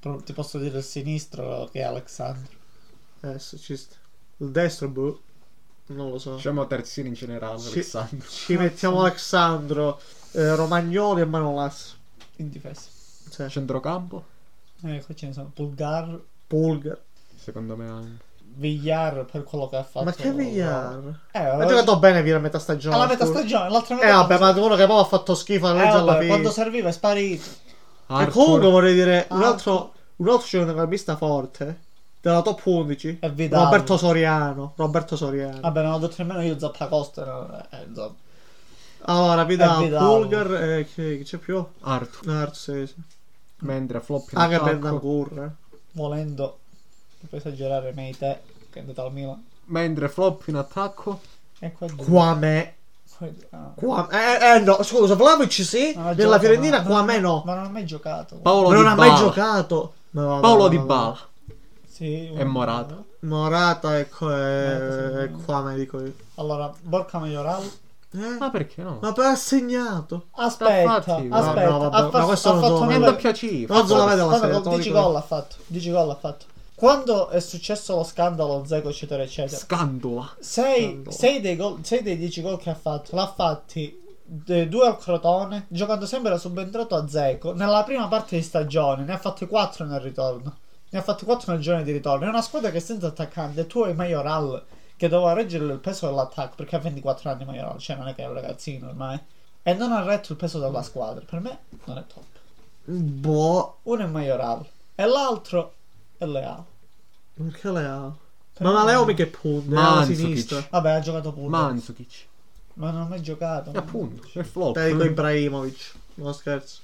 Però Ti posso dire il sinistro che è Alexandro.
Adesso eh, ci sta. Il destro, boh. Non lo so.
Diciamo terzino in generale,
Sì.
Alessandro.
Ci mettiamo Alessandro, eh, Romagnoli e Manolas.
In difesa.
Cioè,
Centrocampo,
Eh, qua ce ne sono. Pulgar,
Pulgar.
secondo me anche.
Villar per quello che ha fatto.
Ma che Villar?
Eh,
Ha
vabbè,
giocato bene fino a metà stagione.
alla metà
scusa.
stagione, l'altra metà.
Eh vabbè, ma uno che poi ha fatto schifo alla
Eh,
mezzo
vabbè,
alla fine.
quando serviva è sparito.
E comunque vorrei dire un
Arthur.
altro, un altro centrocampista forte della top 11.
E Vidal.
Roberto Soriano. Roberto Soriano.
Vabbè, non ho detto nemmeno io Zappacosta. Eh, insomma.
Allora, Vidal,
E Vidal.
Pulgar, eh, chi, chi c'è più?
Arthur.
Nart, sì, sì.
Mentre flop in
Anche
attacco.
Bentancur. eh.
volendo, per esagerare, Meite, che è andato al Milan.
Mentre flop in attacco.
E qua due.
Quame.
Qua due, ah.
Qua- eh, eh, no, scusa, Vlaovic sì,
Non ha
nella
giocato,
Fiorentina
Ah, ma-
qua a me no.
Ma non ha mai giocato.
Paolo
Ma
Di
non ha mai
Bala.
giocato. No,
Paolo
no,
Di
no, no.
Bala.
Sì,
E
un-
Morata.
Morata è, co- è, è
Morata, sì.
qua, me dico io.
Allora, Borca Majoral.
Eh?
Ma perché no?
Ma poi ha segnato.
Aspetta,
fatti,
aspetta.
no,
no, vabbè,
ha, fa-
ma
ha
questo non
fatto
Ma è
so, ma-
nove-
in
vabbè.
doppia cifra.
Non la
forse.
vedo la
Vabbè,
serie. te
con
lo
10
dico io.
gol ha fatto. 10 gol ha fatto. Quando è successo lo scandalo Zeco eccetera eccetera.
Scandola.
6
Scandalo.
dei, gol- sei dei 10 gol che ha fatto, l'ha fatti 2 al Crotone, giocando sempre da subentrato a Zeco. Nella prima parte di stagione ne ha fatti 4 nel ritorno. Ne ha fatti 4 nel giorno di ritorno. È una squadra che senza attaccante, tu hai Majoral che doveva reggere il peso dell'attacco perché ha 24 anni Majoral, cioè non è che è un ragazzino ormai. E non ha retto il peso della squadra. Per me non è top.
Boh,
Uno è Majoral e l'altro è Leao.
perché Leo?
Per
Ma, ma
me-
Leo mica è punto, Leo alla
Mandzukic.
sinistra.
Vabbè, ha giocato pure.
Mandzukic.
Ma non ha mai giocato.
E appunto, è flop.
Te dico Ibrahimovic, non scherzo.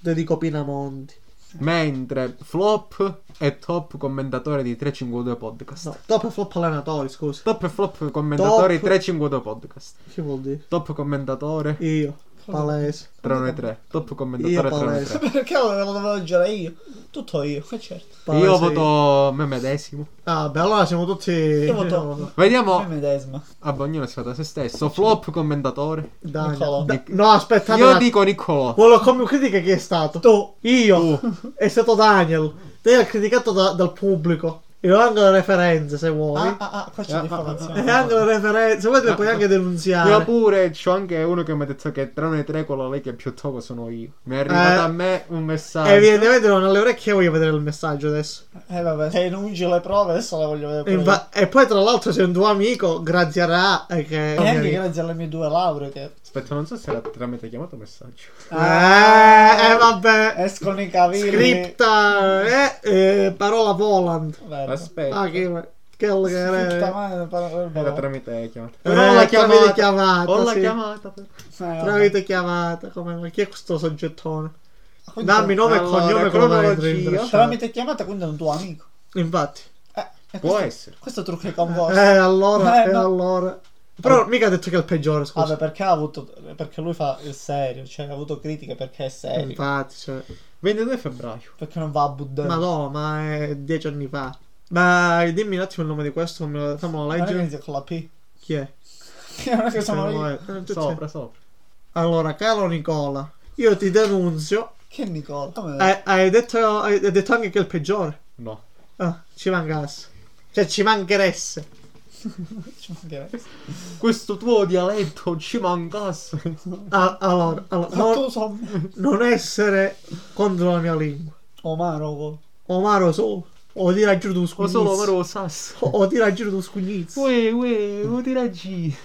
Te dico Pinamonti.
Mentre flop e top commentatore di 352 podcast.
No, top e flop allenatori, scusa.
Top e flop commentatori
Top.
352 podcast.
Che vuol dire?
Top commentatore
Io. Palese.
Tra noi tre. Top
Io
commentatore tra noi
palese.
tre.
Perché lo devo dovevo leggere io? Tutto io, eh, certo.
palese.
Io voto me medesimo.
Ah, beh, allora siamo tutti.
Io voto.
Vediamo. Ah,
medesima.
Vabbè, ognuno si fa da se stesso. Flop commentatore.
Dai,
Niccolò.
da- No, aspetta.
Io
un attimo.
dico Niccolò.
Quello come critica chi è stato?
Tu.
Io.
Uh.
È stato Daniel. Daniel è criticato da- dal pubblico. Io ho anche le referenze, se vuoi.
Ah, ah, ah, qua c'è
Ah,
E
l'informazione.
ah,
anche le referenze, poi te le puoi anche
Io
denunziare.
pure c'ho anche uno che mi ha detto che tra noi tre quello lei che è più togo sono io. Mi è arrivato
Eh.
a me un messaggio.
Evidentemente non ho le orecchie, voglio vedere il messaggio adesso.
Eh vabbè, se enunci le prove adesso le voglio vedere. pure
E,
io.
infa- e poi, tra l'altro, sei un tuo amico, grazierà. eh, Che...
E anche grazie alle mie due lauree che
Aspetta, non so se era tramite chiamato o messaggio.
Eh, eh, vabbè.
Ah, escono i
Eh,
cavilli.
Scripta, eh, eh, parola volant.
Vero.
Aspetta.
Ah, che, che lo che
Scripta,
era.
ma- pa-
Era
vabbè.
tramite chiamata.
Eh,
Però l'ha chiamata.
tramite chiamata,
Ho la
sì.
chiamata. però.
Eh, vabbè.
Tramite chiamata, come, chi è questo soggettone?
Quindi
Dammi nome e
Allora,
cognome come me lo entri in
cronologia.
braccio.
Tramite chiamata, quindi è un tuo amico.
Infatti.
Eh, e
Può
questo,
essere.
questo trucco è
Eh,
convosso.
allora,
Eh,
eh,
no.
allora. Però mica ha detto che è il peggiore, scusa.
Vabbè, perché ha avuto. Perché lui fa il serio, cioè ha avuto critiche perché è serio.
Infatti, cioè.
Eh.
22 febbraio.
Perché non va a buddare.
Ma no, ma è dieci anni fa. Ma dimmi un attimo il nome di questo, me lo- fammelo
non è che
leggere.
inizia con la P.
Chi è?
Non è che sono Eh, io.
Eh, tu sei-
Sopra, sopra.
Allora, caro Nicola, io ti denunzio.
Che Nicola? Come
Eh.
Hai, hai detto, hai hai detto anche che è il peggiore.
No.
Ah, ci mancasse. Cioè, ci mancheresse.
Ci mancherebbe.
Questo tuo dialetto ci mancasse.
Ah, allora, allora,
Ma
non,
tu son.
non essere contro la mia lingua.
Omaro. boh. co.
Omaro solo. O dire a giro tu
O solo
scugnizzi.
però lo sasso.
O dire a giro tu scugnizzi.
Uè, uè, o ti raggi.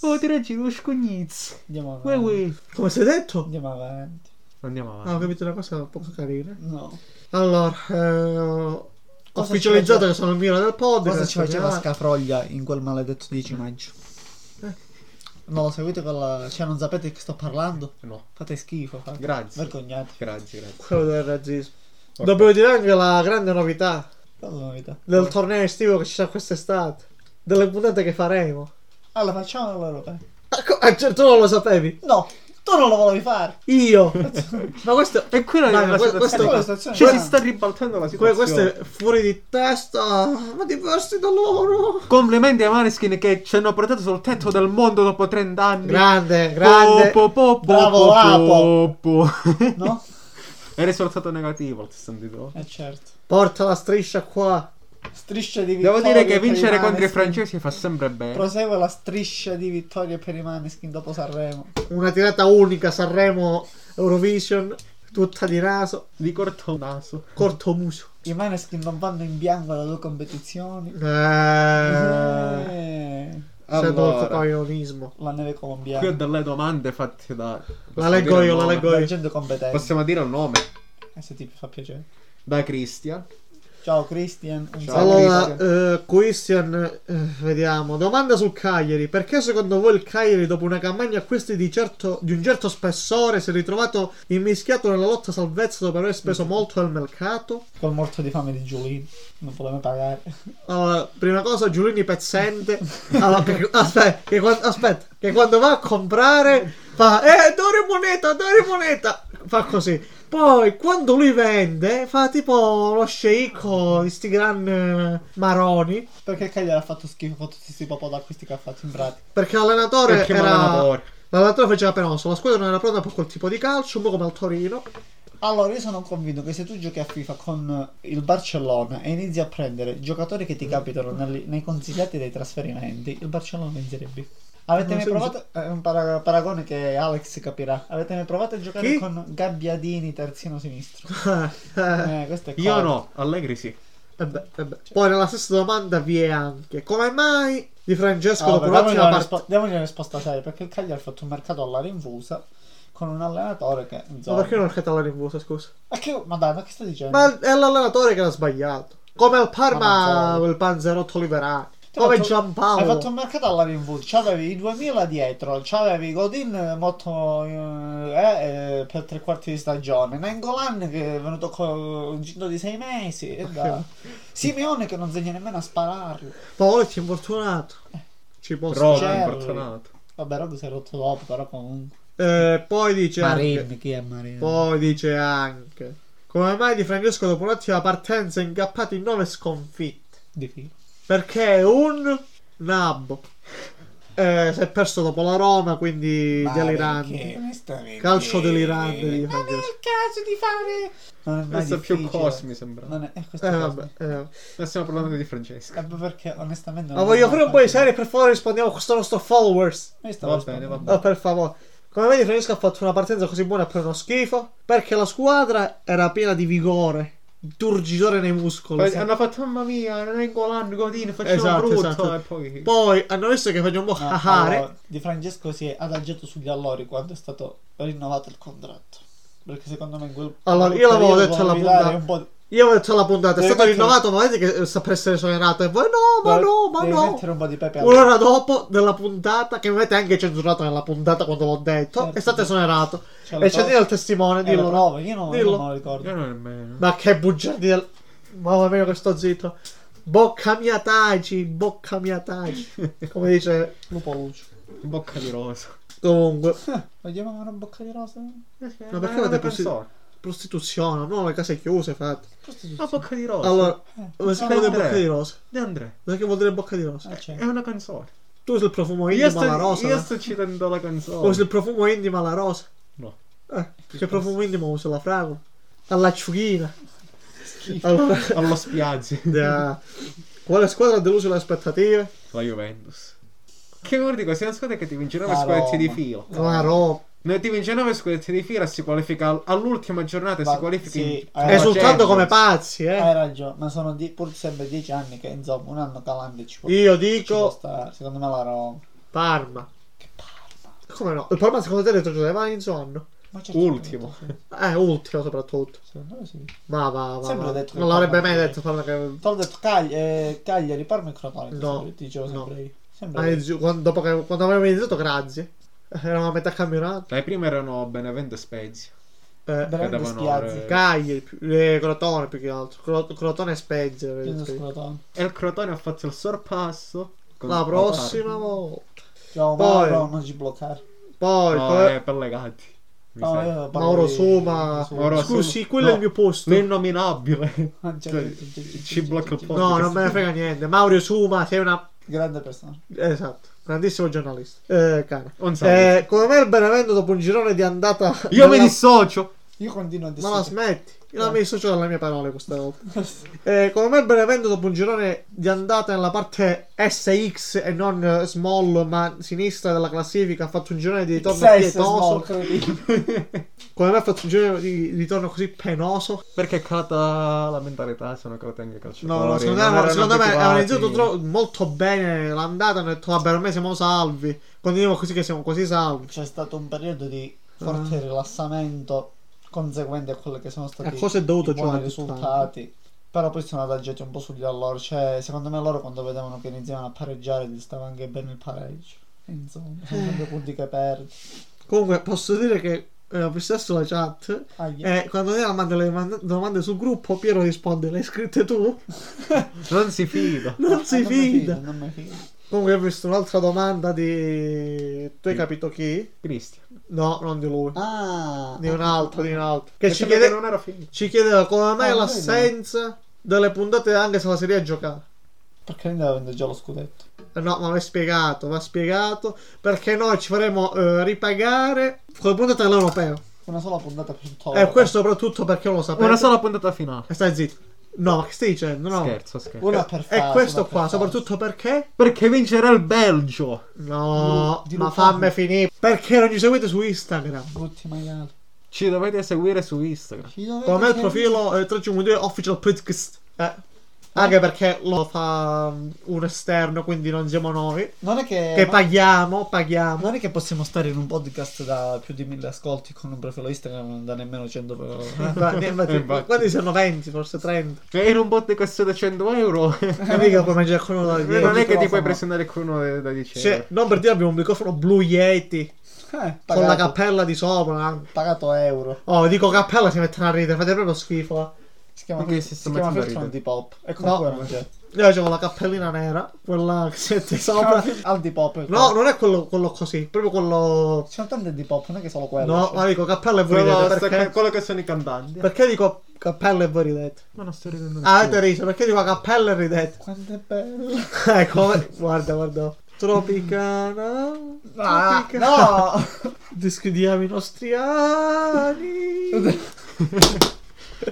O ti raggi lo scognizzo.
Andiamo
Uè,
avanti.
uè.
Come si è detto?
Andiamo avanti.
Andiamo
Ah, ho
avanti.
capito una cosa poco carina.
No.
Allora, eh, ho
Cosa
ufficializzato
ci faceva-
che sono il mio del eh, pod.
Cosa ci faceva Scafroglia in quel maledetto 10 maggio?
Eh.
No, seguite quella. Cioè, non sapete di che sto parlando?
No.
Fate schifo. Fate.
Grazie.
Vergognate.
Grazie, grazie.
Quello del razzismo.
Ok.
Dobbiamo dire anche la grande novità
Quella è la novità.
del torneo estivo che ci sarà quest'estate. Delle puntate che faremo.
Allora, facciamo l'europea.
Ah, co- ah, cioè, tu non lo sapevi?
No, tu non lo volevi fare.
Io! Ma questo,
E quella
Dai,
è
ma
la
que-
Questa è la
situazione.
situazione.
Cioè, si
Ah.
sta ribaltando la
que-
situazione.
questo è fuori di testa. Ma diversi da loro.
Complimenti a Maneskin che ci hanno portato sul tetto del mondo dopo 30 anni.
Oh,
Grande, grande.
Po, po, po, po,
Bravo,
po,
Lapo.
po.
No?
È risultato negativo il sentito.
Eh certo.
Porta la striscia qua.
Striscia di
Devo dire
vittorie.
che
per i
vincere contro i
Maneskin.
francesi fa sempre bene.
Prosegue la striscia di vittorie per i Maneskin dopo Sanremo.
Una tirata unica. Sanremo Eurovision. Tutta di naso.
Di corto naso.
Corto muso.
I Maneskin non vanno in bianco alle due competizioni.
Eh.
Eh,
C'è
Cioè,
molto
Allora,
paionismo.
La neve
qui ho
colombiana.
delle domande fatte da...
La
possiamo
leggo
dire il
io, la
nome?
leggo
La
io.
gente competente.
Possiamo dire il nome.
Eh, se ti fa piacere.
Da Christian.
Ciao Christian. Un
Ciao.
saluto.
Allora, eh, Christian, eh, vediamo. Domanda sul Cagliari. Perché secondo voi il Cagliari, dopo una campagna acquisti di, certo- di un certo spessore, si è ritrovato immischiato nella lotta salvezza dopo aver
Mm.
speso molto al mercato?
Col morto di fame di Giulino. Non voleva pagare.
Allora, prima cosa, Giulini pezzente. Allora, che- aspetta, che quan- aspetta, che quando va a comprare fa eh, Dore moneta, Dore moneta. Fa così. Poi, quando lui vende, fa tipo lo sceicco di sti gran eh, maroni.
Perché Cagliari ha fatto schifo con tutti questi popoli d'acquisti che ha fatto in pratica.
Perché l'allenatore
Perché
era...
allenatore.
L'allenatore faceva penoso, la squadra non era pronta per quel tipo di calcio, un po' come al Torino.
Allora, io sono convinto che se tu giochi a FIFA con eh, il Barcellona e inizi a prendere giocatori
Mm.
che ti capitano nel- nei consigliati dei trasferimenti, il Barcellona è in Serie B. Avete
Non
mai
so-
provato? eh, È un para- paragone che Alex capirà. Avete mai provato a giocare
Chi?
con Gabbiadini, terzino sinistro?
Eh,
Eh, questo è
Io
cosa.
no, Allegri sì.
vabbè, vabbè. Poi nella stessa domanda vi è anche come mai Di Francesco
Ah,
dopo
vabbè,
l'ultima
Diamogli una
partita...
rispo- diamogli una risposta seria perché il Cagliari ha fatto un mercato alla rinfusa con un allenatore che.
Ma
insomma-
perché non il catalano in vuoto, scusa?
Ma che- ma dai, ma che sta dicendo?
Ma è l'allenatore che l'ha sbagliato. Come al
Ma
Parma
non
il Panzerotto Liberani.
Te
Come
l'ho tro- Cioè, Hai fatto
Giampaolo.
un mercato alla Rinvu, c'avevi i 2000 dietro, c'avevi Godin eh, molto eh, eh, per tre quarti di stagione, Nengolan che è venuto con un giro di sei mesi, e da- Simeone che non segna nemmeno a spararlo.
Paolo ci è infortunato. Ci posso... certo.
Rogo
Cerri.
infortunato.
Vabbè, Rob si è rotto dopo, però comunque.
Eh, poi dice anche,
Marin, chi è Marin?
poi dice anche come mai Di Francesco dopo un'ottima partenza è ingappato in nove sconfitte
Di filo.
perché è un nabbo Eh, si è perso dopo la Roma quindi
Ma perché,
delirante
onestamente,
Calcio delirante di
Non è
Francesco.
il caso di fare. Non è mai
Questo è più
difficile.
Cos, mi sembra.
Non è, è questo
eh,
Cos.
vabbè, eh, vabbè.
Ma stiamo parlando di Francesco.
Eh, beh, perché onestamente.
ma voglio fare un po' di serie per favore rispondiamo a questo nostro followers
Va
Va
bene,
bene,
va bene.
Oh, per favore. Come vedi Francesco ha fatto una partenza così buona e poi uno schifo? Perché la squadra era piena di vigore, turgidore nei muscoli.
Poi hanno fatto, mamma mia, non è Golan, Godin, facciamo
Esatto,
brutto.
esatto.
E poi...
Poi hanno visto che faceva un
Ah,
po' hahare.
Di Francesco si è adagiato sugli allori quando è stato rinnovato il contratto. Perché secondo me in quel.
Allora, io l'avevo
periodo
detto alla
voleva dare
puntata.
un po' di-
Io ho detto alla puntata, è
Devi
stato
mettere-
rinnovato, ma vedete che eh, sta per essere esonerato. E voi no, ma no, ma
devi
no.
mettere un po' di pepe alla-
Un'ora dopo della puntata, che mi avete anche censurato nella puntata quando l'ho detto,
Certo.
è stato esonerato.
C'è la
e c'è
prova-
dire al testimone,
Cioè, eh, la
dillo.
prova, Io non,
cioè, Dillo.
io non lo ricordo.
Io non nemmeno.
Ma che bugiardi del... Mamma mia che sto zitto. Bocca mia taci, bocca mia taci. Come dice...
Lupo Lucio. Eh,
Bocca di rosa.
Comunque,
Lo chiamavano bocca di rosa?
Ma
Eh, Ma perché l'avete così-
pensato?
prostituzione, no, le case chiuse, fate. Ah,
Ma Bocca di rosa.
Allora, cosa
sono
vuol dire
tre.
bocca di rosa?
De André,
Cosa che vuol dire bocca di rosa?
Ah, c'è.
è una canzone.
Tu sei il profumo
Eh. Io
intimo
sto,
alla rosa.
io
eh?
sto citando la canzone.
Usi il profumo intimo alla rosa.
No.
Eh, che profumo intimo usa la fragola? All'acciughina.
Schifo.
Allora,
Allo spiazzi.
da- quale squadra ha deluso le aspettative?
La Juventus. Che vuol dire? Sei una squadra che ti vince 9
La
scudetti di
Roma.
fila.
La Roma.
Ne ti vince 9 scudetti di fila, si qualifica al- all'ultima giornata e
Ma-
si qualifica
sì,
in... Cioè,
hai
alla
Esultando
Eh, Champions.
come pazzi, eh.
Ah, Hai ragione, ma sono di- pur sempre dieci anni che insomma un anno calante ci può, ci
Io
può
dico
stare. Secondo me la Roma.
Parma. Come no? Il Parma secondo te retrocede? Va in sonno.
Ma certo certamente,
Ultimo.
sì.
Eh, ultimo soprattutto.
Secondo me sì.
Ma va, va.
Sempre
va.
ho detto che
non l'avrebbe
Parma-
mai detto Parma che...
T'ho detto Cagli- eh, Cagliari, Parma e Crotone. ti
No,
sembra- Ti dicevo
no.
sempre io. Sempre
Ah,
io.
io- quando, dopo che, quando avevamo iniziato, grazie. Eh, Eravamo a metà campionato.
Dai, prima erano Benevento e Spezia.
Eh,
Veramente
davano
spiazzi.
ore-
Cagliari, più- eh, Crotone più che altro. Cro- Crotone e Spezia.
eh,
Preso
vedete.
Crotone.
E il Crotone ha fatto il sorpasso. con-
La prossima volta.
Ciao
Poi-
Mauro, non ci bloccare.
Poi,
No, eh,
come-
è per le gatti. Mi
No,
eh,
sa.
io parlo
Mauro
di- Cioè,
Soma.
Soma.
Mauro
Scusi,
Soma.
quello è il
No.
mio posto.
L'innominabile.
Ah, già,
Cioè,
già, già, già,
ci
già,
blocca
già,
il
già.
po'.
No, non me ne frega niente. Mauro Suma, sei una.
cioè, Grande persona.
Esatto, grandissimo giornalista. Eh, cane.
Non so.
Eh, come me il Benevento dopo un girone di andata.
Io mi
Nella-
dissocio.
Io continuo a
Ma la
discutere.
smetti? Io la
Ah.
Eh.
mi dissocio dalle mie parole questa volta. Eh, come me il Benevento dopo un girone di andata nella parte SX e non eh, small ma sinistra della classifica ha fatto un girone di ritorno
Sei
pietoso.
cretino.
Come me ha fatto un girone di ritorno così penoso.
Perché è calata la mentalità, sono calate anche i calciatori.
No, no, secondo me,
non erano
secondo me
abituati.
hanno iniziato tro- molto bene l'andata. Hanno detto vabbè ormai siamo salvi. Continuiamo così che siamo così salvi.
C'è stato un periodo di forte rilassamento conseguente a quelli che sono stati
Ah. A cosa è dovuto
i buoni
Giovanni
risultati. Però poi sono adagiati un po' sugli allori. Cioè, secondo me loro quando vedevano che iniziavano a pareggiare gli stava anche bene il pareggio. Insomma, sono sempre punti che perdi.
Comunque posso dire che eh, ho visto adesso la chat
Aia.
e Eh, quando lei manda le man- domande sul gruppo Piero risponde le hai scritte tu?
Non si fida.
Non
Ah,
si
non mi fido,
fida.
Non mi fido.
Comunque ho visto un'altra domanda di... Tu hai capito chi?
Cristian.
No, non di lui.
Ah,
Di un altro, di un altro. Che
E
ci,
ci
chiede-
che non era finito.
ci chiedeva come mai
Ah,
l'assenza delle puntate anche se la serie a giocare.
perché non avendo già lo scudetto?
Eh, No, ma va spiegato, va spiegato. Perché noi ci faremo eh, ripagare con le puntate dell'europeo.
Una sola puntata più
E Eh, questo soprattutto perché lo sapete.
Una sola puntata finale.
E stai zitto. No, che stai dicendo? No.
Scherzo, scherzo.
Una per
E
fase,
questo
una per
qua,
fase.
soprattutto perché?
Perché vincerà il Belgio.
No,
Di
ma
Lukaku.
fammi finire. Perché non ci seguite su Instagram?
Brutti maiali.
Ci dovete seguire su Instagram.
Ci dovete
Come me il
chiarire-
profilo eh, 352 Official Podcast. Eh, Anche perché lo fa um, un esterno, quindi non siamo noi.
Non è che,
Che
ma-
paghiamo, paghiamo.
non è che possiamo stare in un podcast da più di mille ascolti con un profilo Instagram da nemmeno 100 per
Infatti, Eh, infatti,
Infatti.
Quanti sono 20, forse 30.
E Cioè, in un bot che costa 100 euro.
Non è che puoi mangiare con uno da
Eh, non è
10.
che ti puoi
microfono.
presentare con uno da 10
Cioè, non per dire abbiamo un microfono blu Yeti
eh, pagato,
con la cappella di sopra. eh.
pagato euro.
Oh, dico cappella si mettono a ridere, fate proprio schifo. eh.
Si chiama,
Ok, si
si
sta
chiama
mettendo a
Filtron
ridere.
di Pop. E
No.
comunque non c'è.
Io avevo la cappellina nera, quella che siete sopra.
Al di pop.
No, non è quello, quello così, proprio quello.
C'è tanto di pop, non è che solo quello.
No,
cioè.
ma dico cappello e voi
Quello,
ridete.
sta-
Perché,
quello che sono i cantanti.
perché dico cappello e voi ridete?
Ma non sto ridendo.
Ah,
nessuno.
avete riso, perché dico cappello e ridete?
Quanto è bello.
ecco, va- guarda, guarda. Tropicana.
Ah,
Tropicana.
no.
Descriviamo i nostri anni.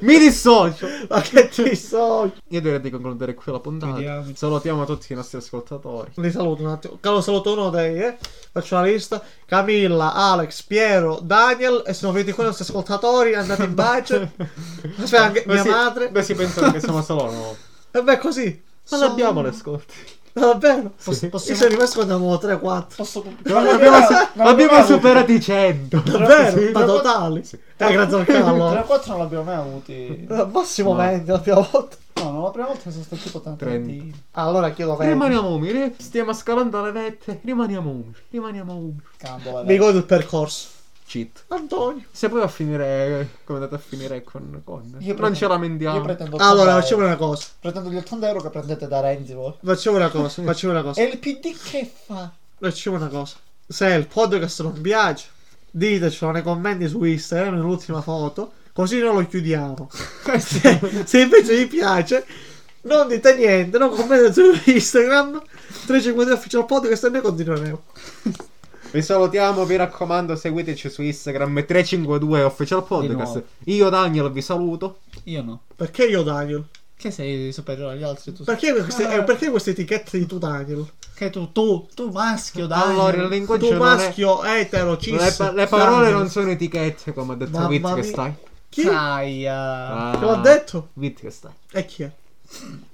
Mi dissocio.
Ma che ti so.
Io direi di concludere qui la puntata.
Vediamo.
Salutiamo tutti i nostri ascoltatori.
Li saluto un attimo. Calo saluto uno dei, eh. Faccio la lista. Camilla, Alex, Piero, Daniel. E sono 25 i nostri ascoltatori. Andate in pace. Aspetta, anche
Beh,
mia
sì,
madre.
Beh, si pensano che siamo solo noi.
E beh, così.
Non
Sono-
abbiamo le scorte.
Ma Ah, davvero?
Sì.
Io
Possiamo...
sono rimasto quando avevo 3-4.
Posso...
Non
Non
abbiamo,
abbiamo- non
abbiamo
abbiamo-
superato i 100.
Davvero?
Sì.
Ma totali?
Sì.
Eh, grazie al
Tra
cavolo.
quattro non l'abbiamo mai avuti.
Al Massimo
No.
20 la prima volta.
No, no, la prima volta sono stati tipo tanti.
Trenta.
Allora chiedo 20.
Rimaniamo umili. Stiamo scalando le vette. Rimaniamo umili. Rimaniamo umili.
Candola.
Mi godo il percorso.
Cheat.
Antonio.
Se poi va a finire eh, come è andata a finire con con.
Io
non
pretendo-
ce lamentiamo.
Io pretendo 80
Allora,
euro.
facciamo una cosa.
Pretendo gli 80 euro che prendete da Renzi voi.
Facciamo una cosa. Facciamo una cosa.
E il PD che fa?
Facciamo una cosa. Se il podcast non piace, ditecelo nei commenti su Instagram nell'ultima foto, così noi lo chiudiamo. se, se invece vi piace, non dite niente, non commentate su Instagram. 352 Official Podcast e noi continueremo.
Vi salutiamo, vi raccomando, seguiteci su Instagram 352 Official Podcast.
nuovo.
Io Daniel vi saluto.
Io no.
Perché io Daniel?
Che sei superiore agli altri tu.
Perché
Ah.
queste, eh, perché queste etichette di tu Daniel?
Che tu, tu, tu maschio, dai.
Allora, il linguaggio
Tu
non è-
maschio, etero, cis.
le, pa- le parole
Daniel.
non Ah. sono etichette, come ha detto
Mamma mia.
Wittgenstein.
Chi?
Caia.
Ah,
Che l'ha detto?
Wittgenstein.
E chi è?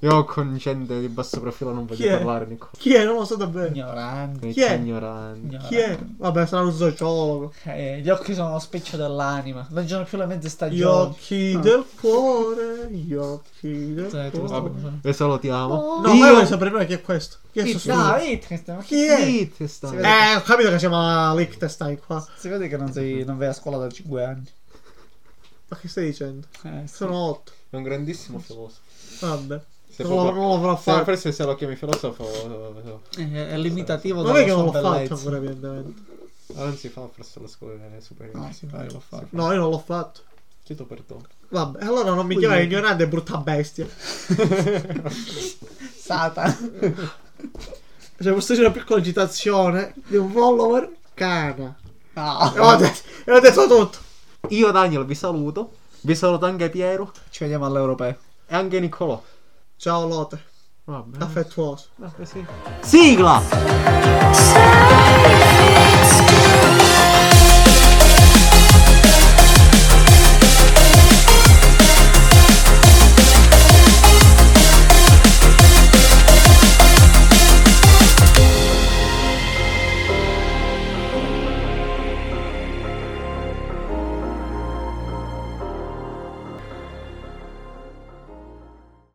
Io con gente di basso profilo non voglio
Chi è?
parlare, Nico.
Chi è? Non lo so davvero.
Ignorante.
Chi è?
Ignorante.
Chi è? Vabbè, sarà un sociologo.
Eh, gli occhi sono lo spiccio dell'anima. Non c'erano più le mezze
Eh,
Gli
stagioni.
occhi
Ah.
del cuore, gli occhi del
Sì, tu lo
cuore.
Vabbè, vi salutiamo.
No,
Io-
ma io voglio sapere prima chi è questo. Chi è
Chi-
questo
No,
studio?
vedi Cristian, Ah, ma
Chi
chi
è?
Wittgenstein.
Si vede-
Eh, ho capito che si chiama Liechtenstein qua.
Si vede che non, sei, non vai a scuola da 5 anni.
Ma che stai dicendo?
Eh, sì.
Sono 8.
È un grandissimo filosofo.
Vabbè.
Se
Non lo,
proprio-
non lo farò
se
fare.
forse se lo chiami filosofo,
Eh, è limitativo
Non è che
dalla
non l'ho
sua
fatto
bellezza.
ancora, evidentemente.
eh, non si fa presso la scuola superiore.
No, si fa che l'ho fatto.
No, io non l'ho fatto.
Chi ti perdono?
Vabbè, allora non mi chiamare ignorante e brutta bestia.
Satan.
Cioè, posso dire una piccola citazione di un follower cana. E ho
No.
detto, e ho detto tutto.
Io Daniel vi saluto. Vi saluto anche Piero
Ci vediamo all'europeo.
e anche Niccolò.
Ciao Lotte,
Vabbè.
affettuoso.
Vabbè, sì. Sigla!
Silence